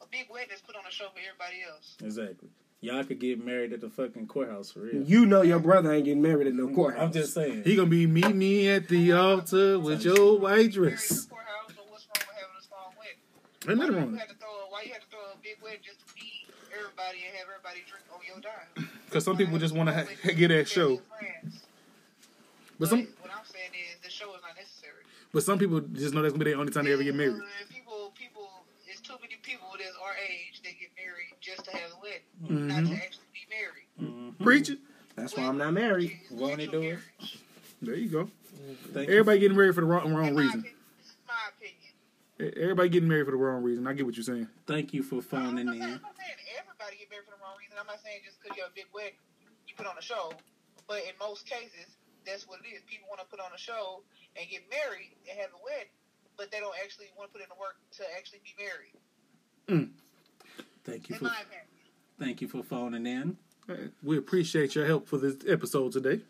A big wedding is put on a show for everybody else. Exactly. Y'all could get married at the fucking courthouse for real. You know your brother ain't getting married in no courthouse. I'm just saying. He gonna be meet me at the altar with your white Married in dress. the courthouse, so what's wrong with having a small wedding? Ain't nothing Why wrong. you had to throw a, why you had to throw a big wedding just to feed everybody and have everybody drink on your dime? Because some people just want to ha- get that show. But But some, what I'm saying is the show is not necessary. but some people just know that's gonna be their only time they ever get married. Uh, People, people, it's too many people that's our age that get married just to have a wedding, not to actually be married. Mm-hmm. Preach it. That's why I'm not married. It's Won't it potential do it? marriage. There you go. Thank you. Everybody getting married for the wrong, wrong In my reason. E, opinion- This is my opinion. Everybody getting married for the wrong reason. I get what you're saying. Thank you for I'm phoning not saying, in. I'm not saying everybody get married for the wrong reason. I'm not saying just because you're a big wedding, you put on a show. But in most cases, that's what it is. People want to put on a show and get married and have a wedding, but they don't actually want to put in the work to actually be married. Thank you In for my opinion. thank you for phoning in. Uh, We appreciate your help for this episode today.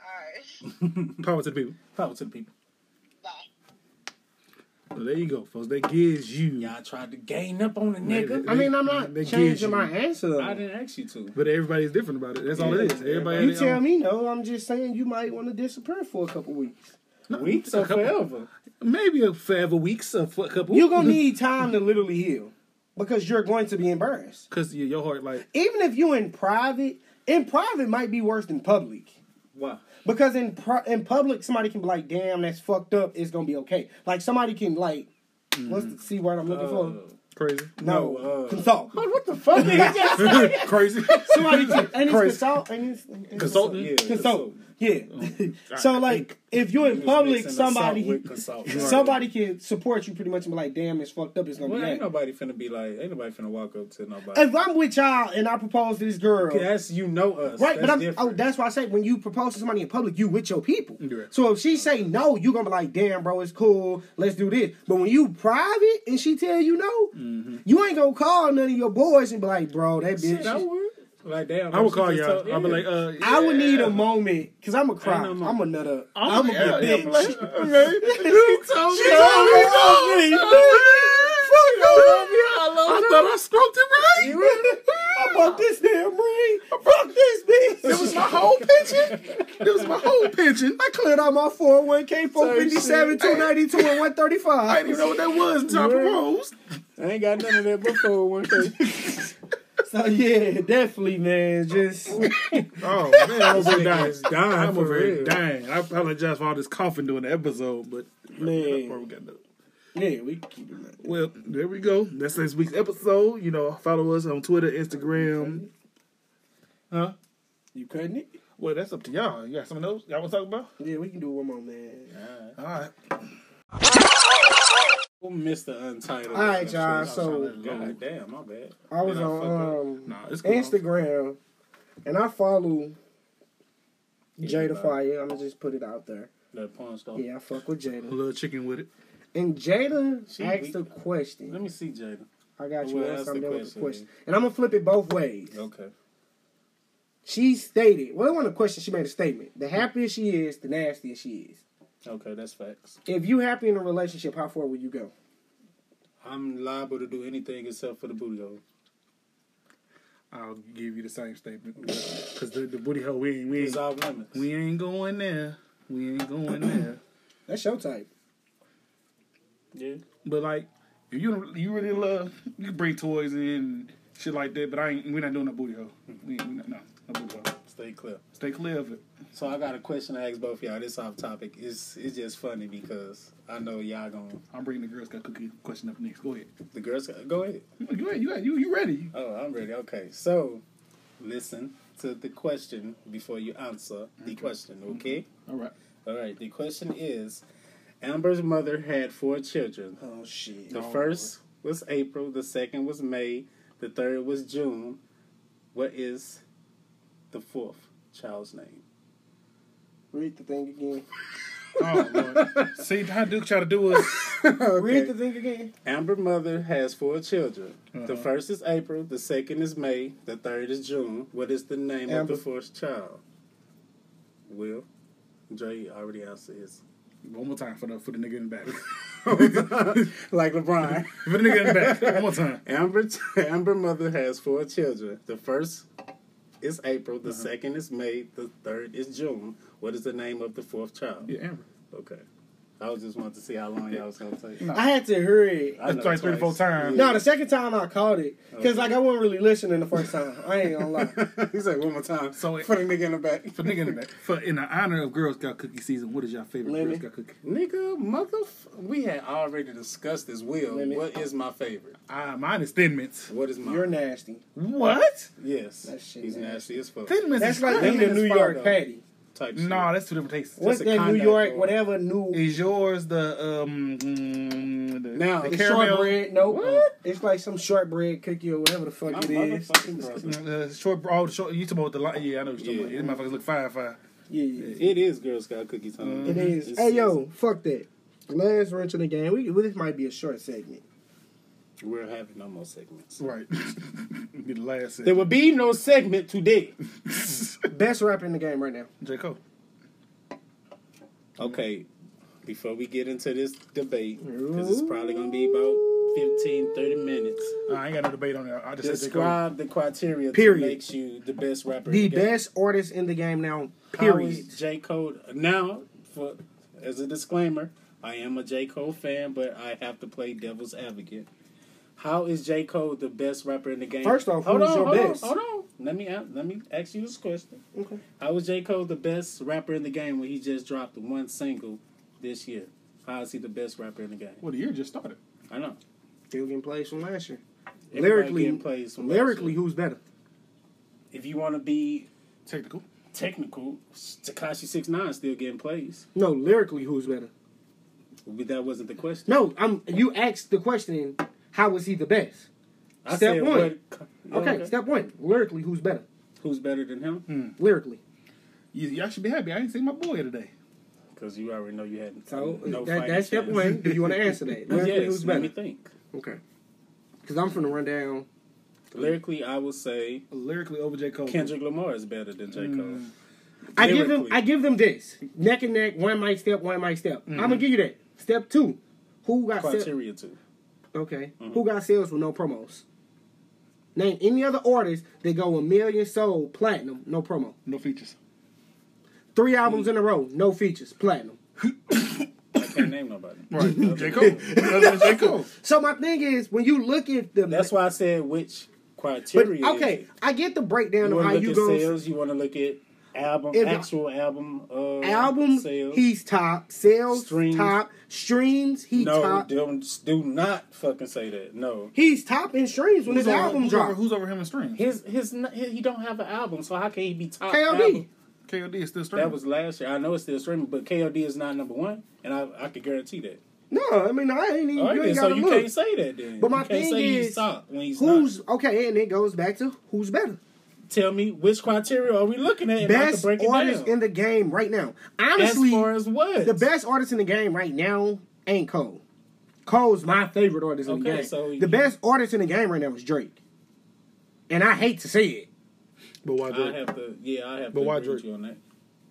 All right. Power to the people. Power to the people. Bye. Well, there you go, folks. That gives you. Y'all tried to gain up on the nigga. I mean, I'm not They- they gives you- changing my answer. though. I didn't ask you to. But everybody's different about it. That's all it is. Everybody. You they tell all- me no. I'm just saying you might want to disappear for a couple weeks. Weeks or forever. Maybe a forever weeks, a fu- couple. You're gonna need time to literally heal because you're going to be embarrassed. Cause your- your heart, like Even if you in private, in private might be worse than public. Wow. Because in pri- in public, somebody can be like, "Damn, that's fucked up." It's gonna be okay. Like somebody can like, what's the c word I'm looking for? crazy. No, no, uh, consult. What the fuck? crazy. Somebody can, and it's Crazy. consult. And it's, Consultant. Yeah. Consult. Yeah. I so like, if you're in public, somebody Somebody. somebody can support you pretty much and be like, "Damn, it's fucked up. It's gonna Well, be." ain't that." nobody finna be like, ain't nobody finna walk up to nobody. If I'm with y'all and I propose to this girl, That's you know us, Right, That's but I'm different. oh, that's why I say when you propose to somebody in public, you with your people. You're right. So if she say no, you gonna be like, damn, bro, it's cool, let's do this. But when you private and she tell you no, you ain't gonna call none of your boys and be like, bro, that bitch. Shit, I would. Like damn, I would she call just y'all. told- I'll be yeah. like, uh, I would need a moment because I'm a cry. Ain't no I'm a nut up. I'm, I'm, a a big bitch. Like, okay. You told me. She told me no. me. Fuck off. I thought I spoke to right. I bought this damn ring. Fuck this bitch. It was my whole pension. It was my whole pension. I cleared out my 401k, 457, 292, and I 135. didn't even know what that was until I Right. proposed. I ain't got none of that before one day. So yeah, definitely, man. Just Oh man, I'm over here dying. It's dying I'm for over here real. dying. I apologize for all this coughing during the episode, but Man. Or we got no- yeah, we keep it. Man. Well, there we go. That's this week's episode. You know, follow us on Twitter, Instagram. Huh? You cutting it? Well, that's up to y'all. You got something else y'all want to talk about? Yeah, we can do one more, man. All right. Mr. Untitled. All right, y'all. God So God damn, my bad. I was Did I fuck up? on um, Nah, it's cool. Instagram, and I follow Jada nah. Fire. I'm gonna just put it out there. That pawn stuff. Yeah, I fuck with A Jada. little chicken with it. And Jada She asked weak. a Let question. me see, Jada. I got you. Well, once ask I'm the done with the question. question, and I'm gonna flip it both ways. Okay. She stated, "Well, it wasn't a question. She made a statement. The happier she is, the nastier she is. Okay, that's facts. If you happy in a relationship, how far will you go? I'm liable to do anything except for the booty hole. I'll give you the same statement because the, the booty hole we ain't we It's ain't, all women. we ain't going there. We ain't going there. That's your type. yeah. But like, if you you really love, you can bring toys in shit like that. But I ain't. We're not doing no booty hole. We ain't, we not, no, no booty hole. Stay clear. Stay clear of it. So I got a question to ask both y'all. This off topic. It's it's just funny because I know y'all gonna I'm bringing the girls got cookie question up next. Go ahead. the girls go ahead. You ahead, you ahead, you you ready? Oh, I'm ready. Okay, so listen to the question before you answer the question. Okay. Mm-hmm. All right. All right. The question is: Amber's mother had four children. Oh shit. The Oh, first was April. The second was May. The third was June. What is the fourth child's name? Read the thing again. Oh Lord. See how Duke try to do us. Read the thing again. Amber mother has four children. Uh-huh. The first is April, the second is May, the third is June. What is the name Amber. of the fourth child? Will Dre already answered his. One more time for the for the nigga in the back. like LeBron. For the nigga in the back. One more time. Amber Amber mother has four children. The first is April, Uh-huh. the second is May, the third is June. What is the name of the fourth child? Yeah, Amber. Okay. I was just wanting to see how long y'all was gonna take. No. I had to hear it. I That's know like three to four twice. times. No, the second time I caught it, cause Okay. like I wasn't really listening the first time. I ain't gonna lie. he said one more time. So So it- put a nigga in the back. For nigga in the back. For in the honor of Girl Scout cookie season, what is your favorite Lemon. Girl Scout cookie? Nigga, mother, we had already discussed this. Will, Lemon. what is my favorite? Ah, mine is Thin Mints. What is my? You're nasty. What? yes, That shit he's nasty. nasty as fuck. Thin Mints. That's is like crazy. eating a That's New fire, York though. patty. type. No, nah, that's two different tastes. What's a that New contact York, or- whatever new Is yours the um mm, the, Now, the it's caramel shortbread? No, it's like some shortbread cookie or whatever the fuck shit. it My is. motherfucking brother. Uh, short, all the short. You talking about the line? Yeah, I know what you're talking Yeah. about. These motherfuckers look fire, fire. Yeah, yeah. It is Girl Scout cookie time. it is. It's- hey yo, fuck that. Last wrench in the game. We, we- this might be a short segment. We're having no more segments. Right. be the last. There Segment. will be no segment today. Best rapper in the game right now. J Cole. Okay, before we get into this debate, because it's probably going to be about 15, 30 minutes, I ain't got no debate on that. I just said J Cole. describe the criteria Period. that makes you the best rapper. The in game. best artist in the game now. How Period. is J. Cole now? For as a disclaimer, I am a J. Cole fan, but I have to play devil's advocate. How is J. Cole the best rapper in the game? First off, hold who's on, your hold best? on, hold on. Let me a- let me ask you this question. Okay. How is J. Cole the best rapper in the game when he just dropped one single this year? How is he the best rapper in the game? Well, the year just started. I know. Still getting plays from last year. Everybody Lyrically- getting plays from Lyrically, last year. who's better? if you want to be Technical. technical, Takashi Six Nine still getting plays. No, lyrically, who's better? But that wasn't the question. No, I'm. You asked the question. How was he the best? I Step said one. what- Okay, Hmm. step one. Lyrically, who's better? Who's better than him? Lyrically. You, y'all should be happy. I ain't seen my boy today. Because you already know you had So no that, fighting that's step chance. one. Do you want to answer that? Lyrically, yes, who's let me better? think. Okay. Because I'm from the rundown. Lyrically, I would say Lyrically over J Cole. Kendrick Lamar is better than J. Cole. Hmm. I give them. Lyrically. I give them this neck and neck, one mic step, one mic step. I'm gonna give you that. Step two. Who got sales? Mm-hmm. Criteria Mm-hmm. two. Okay. Who got sales with no promos? Name any other artist that go a million sold platinum, no promo. No features. Three Mm. albums in a row, no features, platinum. I can't name nobody. Right. J Cole. Other than J Cole. So my thing is, when you look at the That's why I said which but, criteria. is okay, it. I get the breakdown You of want how to look you at go sales. You want to look at album, If- actual album, uh, albums. sales. He's top sales, Streams. top streams. He no, top. don't do not fucking say that. No, He's top in streams when his over- album who's over, drops. who's over him in streams? his his, n- he don't have an album, so how can he be top? album? KLD. KOD is still streaming. That was last year. I know it's still streaming, but KOD is not number one, and I, I could guarantee that. No, I mean I ain't even. All right, you then, ain't so gotta you look. can't say that then. But my you can't thing say is, he's top when he's Who's not. okay, and it goes back to who's better. Tell me which criteria are we looking at? and I can best break it artist down. in the game right now. as Honestly, far as what the best artist in the game right now ain't Cole. Cole's my favorite artist in the Okay, game. so the you- best artist in the game right now is Drake, and I hate to say it. but why I Drake? have to. Yeah, I have But to why agree with Drake? you on that.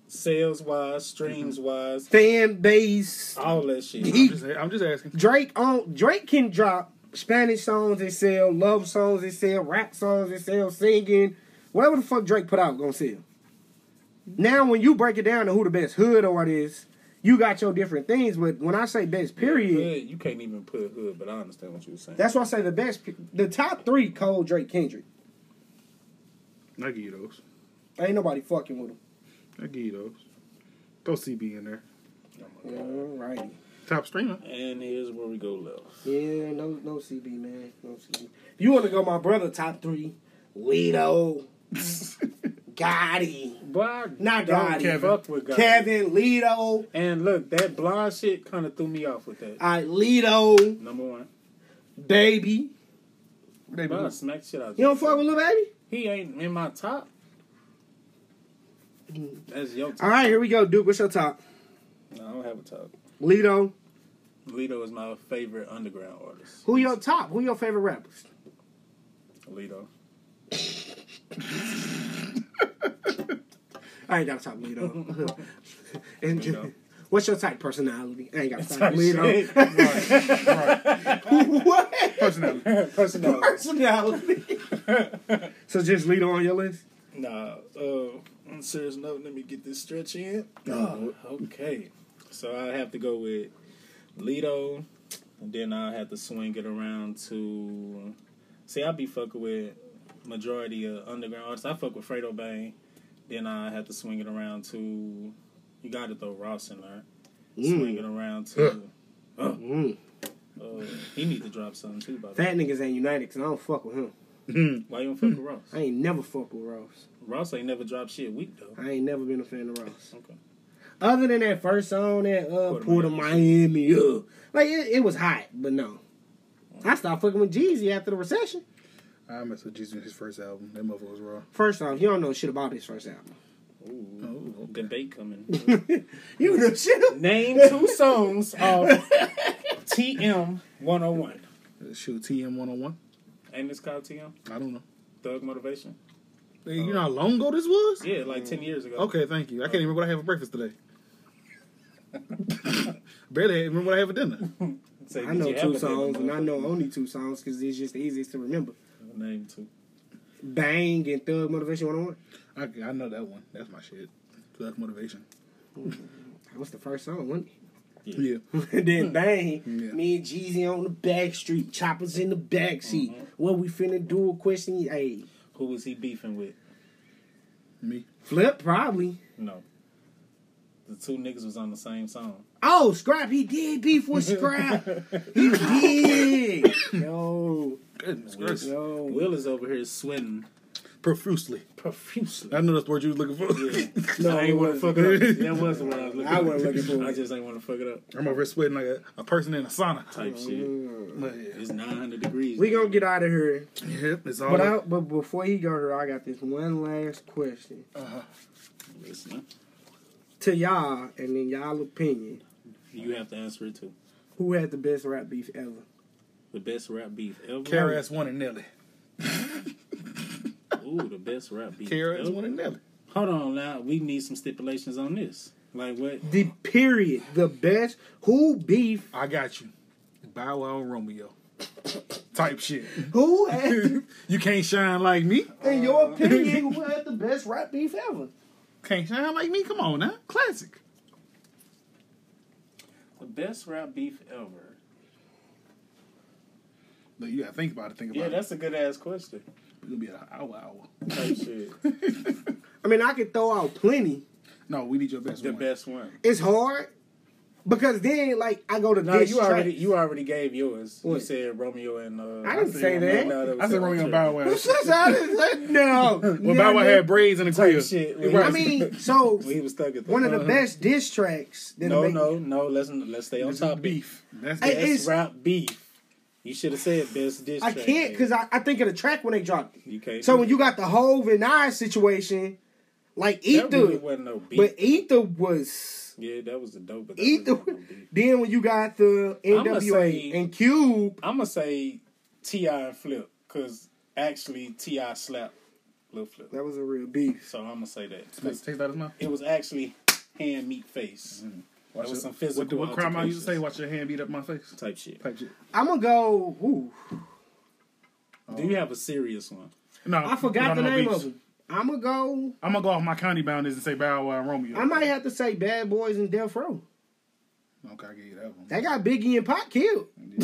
Sales wise, streams wise, Fan base. all that shit. Mm-hmm. He- I'm, just, I'm just asking. Drake on Drake can drop Spanish songs that sell, love songs that sell, rap songs that sell, singing, whatever the fuck Drake put out gonna sell. Now when you break it down to who the best hood art is, you got your different things. But when I say best period, Hood, you can't even put hood, but I understand what you were saying. that's why I say the best pe- the top three Cole, Drake, Kendrick. I give you those. Ain't nobody fucking with him. I give you those. Throw CB in there. Alrighty. Top streamer. and here's where we go left. Yeah, no no CB man. No CB. If you wanna go my brother top three, Lido, Gotti, But Not Gotti. Kevin. Fuck with Gotti. Kevin, Lido. And look, that blonde shit kind of threw me off with that. I Lido, Number one, baby. They Bruh, be- smack shit out. You don't fuck with Lil Baby? He ain't in my top. That's your top. All right, here we go, Duke. What's your top? No, I don't have a top. Lido. Lido is my favorite underground artist. Who your top? Who your favorite rappers? Lido. I ain't got a top, Lido. and Lido. what's your type personality? I ain't got a type, Type Lido. shit. what Personality. Personality. personality? so just Lido on your list? Nah, uh, on a serious note, let me get this stretch in. Ah, okay. So I have to go with Lido, and then I have to swing it around to. See, I be fucking with majority of underground artists. I fuck with Fredo Bang, then I have to swing it around to. You got to throw Ross in there. Swing it around to. Mm. Uh, he need to drop something too, by the way. Fat niggas ain't united because I don't fuck with him. Why you don't fuck with Ross? I ain't never fuck with Ross. Ross ain't never dropped shit weak though. I ain't never been a fan of Ross. Okay. Other than that first song, that uh, Port of Port of Miami, uh, like it, it was hot, but no. I stopped fucking with Jeezy after the recession. I messed with Jesus his first album. That motherfucker was raw. First off, you don't know shit about his first album. Ooh, Oh, okay. debate coming. You know shit. Name two songs of TM 101. Shoot, TM one on one. Ain't this called TM? I don't know. Thug Motivation? Hey, You know how long ago this was? Yeah, like Mm. 10 years ago. Okay, thank you. I can't even remember what I had for breakfast today. Barely had- remember what I had for dinner. Say, I did know you have a two name, songs, and I know motherfucker? only two songs because it's just the easiest to remember. Name two. Bang and Thug Motivation 101. I, I know that one. That's my shit. That's motivation. That was the first song, wasn't Yeah. it? then Bang, Yeah. me and Jeezy on the back street, choppers in the back seat. What we finna do? A question, hey, Who was he beefing with? Me. Flip probably. No. The two niggas was on the same song. Oh, Scrap, he did beef with Scrap. he did. Yo, Goodness Will- gracious. yo. Will is over here sweating Profusely. profusely. I know that's the word you was looking for. No, I it ain't want wasn't. to fuck it up. That wasn't what I was looking I wasn't looking for it. I just ain't want to fuck it up I'm over here sweating like a, a person in a sauna. type shit. But yeah. It's 900 degrees. Mm-hmm. We gonna get out of here, Yep, it's all but I, but before he go here, I got this one last question Listen, to y'all, and then y'all opinion: you have to answer it too. Who had the best rap beef ever? The best rap beef ever. Kara's one and Nelly. Ooh, the best rap beef Kara's ever. one and Nelly. Hold on now. We need some stipulations on this. Like what? The period, the best. Who beef? I got you. Bow Wow and Romeo. Type shit. Who had, You can't shine like me. in your opinion, who had the best rap beef ever? Can't shine like me. Come on now. Classic. The best rap beef ever. But you gotta think about it. Think about Yeah, it. that's a good ass question. It's gonna be an hour, hour. Type shit. I mean, I could throw out plenty. No, we need your best The one. best one. It's hard because then, like, I go to No, this you track. already you already gave yours. You What? said Romeo and uh, I didn't say that. I said Romeo and Bow Wow. no. Well, Bow Wow had braids and a Type crib. shit. I mean, so He was stuck at that. one of the best diss tracks. That No, make- no, no. Let's let's stay on It's a top beef. beef. That's Hey, that. hey. Best It's- rap beef. You should have said best diss. I track, can't because nigga. I, I think of the track when they dropped it. you can't. So do when you that. got the Hove and I situation, like that really Ether, wasn't no beef. but Ether was yeah, that was the dope. But that Ether. wasn't no beef. Then when you got the I'ma NWA say- and Cube, I'm gonna say Ti and Flip because actually Ti slapped Lil Flip. that was a real beef. So I'm gonna say that Taste taste out his mouth. it was actually hand meet face. Mm-hmm. Watch was it. some physical What, what crime I used to altercations. say? Watch your hand beat up my face. type shit. Type shit. I'm gonna go. Ooh, Do you have a serious one? No, I forgot the name of him. I'm gonna go. I'm gonna go off my county boundaries and say Bow Wow and Romeo. I might have to say Bad Boys and Death Row. Okay, I get you that one. They got Biggie and Pac killed.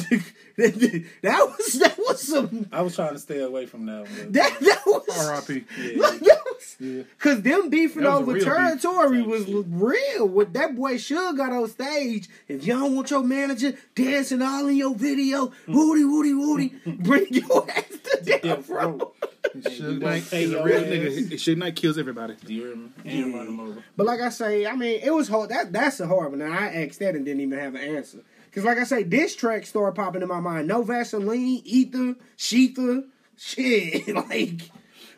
that was that was some I was trying to stay away from that one. that that was R.I.P. yeah. like that was because them beefing That was a over real beef. territory Type was shit. real. What that boy Suge got on stage. If y'all don't want your manager dancing all in your video, Mm. woody woody woody, bring your ass to death Death row. Row. Suge gonna Knight pay is a your real ass. nigga. Suge Knight kills everybody. Do you remember? You didn't run him over. But like I say, I mean, it was hard. That that's a hard one. And I asked that and didn't even have an answer. Cause like I say, this track started popping in my mind. No Vaseline, Ether, Sheetha, shit. like,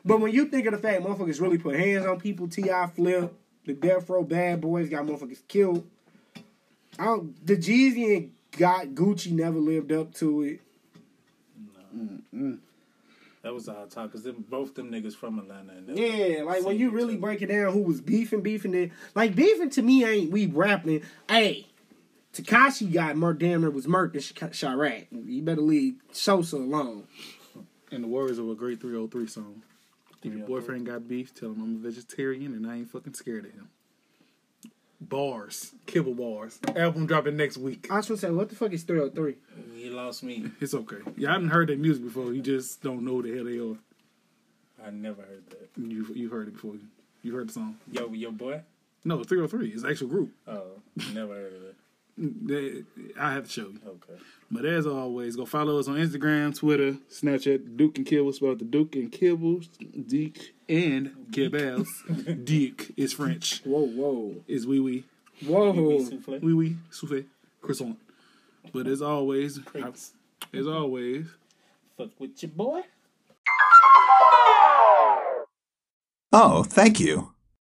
but when you think of the fact motherfuckers really put hands on people, Ti Flip, the Death Row Bad Boys got motherfuckers killed. I don't, the Jeezy and got Gucci never lived up to it. That was our talk because them, both them niggas from Atlanta. And they- Yeah, like when you each really other. break it down, who was beefing, beefing it. Like beefing to me ain't we rapping. Hey, Takashi got mur damn near was murked in Chi- Chirac. You better leave Sosa alone. And the words of a great 303 song. If your 303. boyfriend got beef, tell him I'm a vegetarian and I ain't fucking scared of him. Bars, kibble bars. Album dropping next week. I was gonna say, what the fuck is three hundred three? You lost me. It's okay. Y'all haven't heard their music before. You just don't know who the hell they are. I never heard that. You you heard it before. You heard the song. Yo, your boy? No, 303 is an actual group. Oh, never heard of that. They- I have to show you. Okay. But as always, go follow us on Instagram, Twitter, Snapchat, Duke and Kibbles, spelled the Duke and Kibbles, Deke and Kibbles. Deke is French. Whoa, whoa, Is wee wee. whoa. Souffle. Wee wee, souffle, croissant. But as always, as always, Fuck with your boy. Oh, thank you.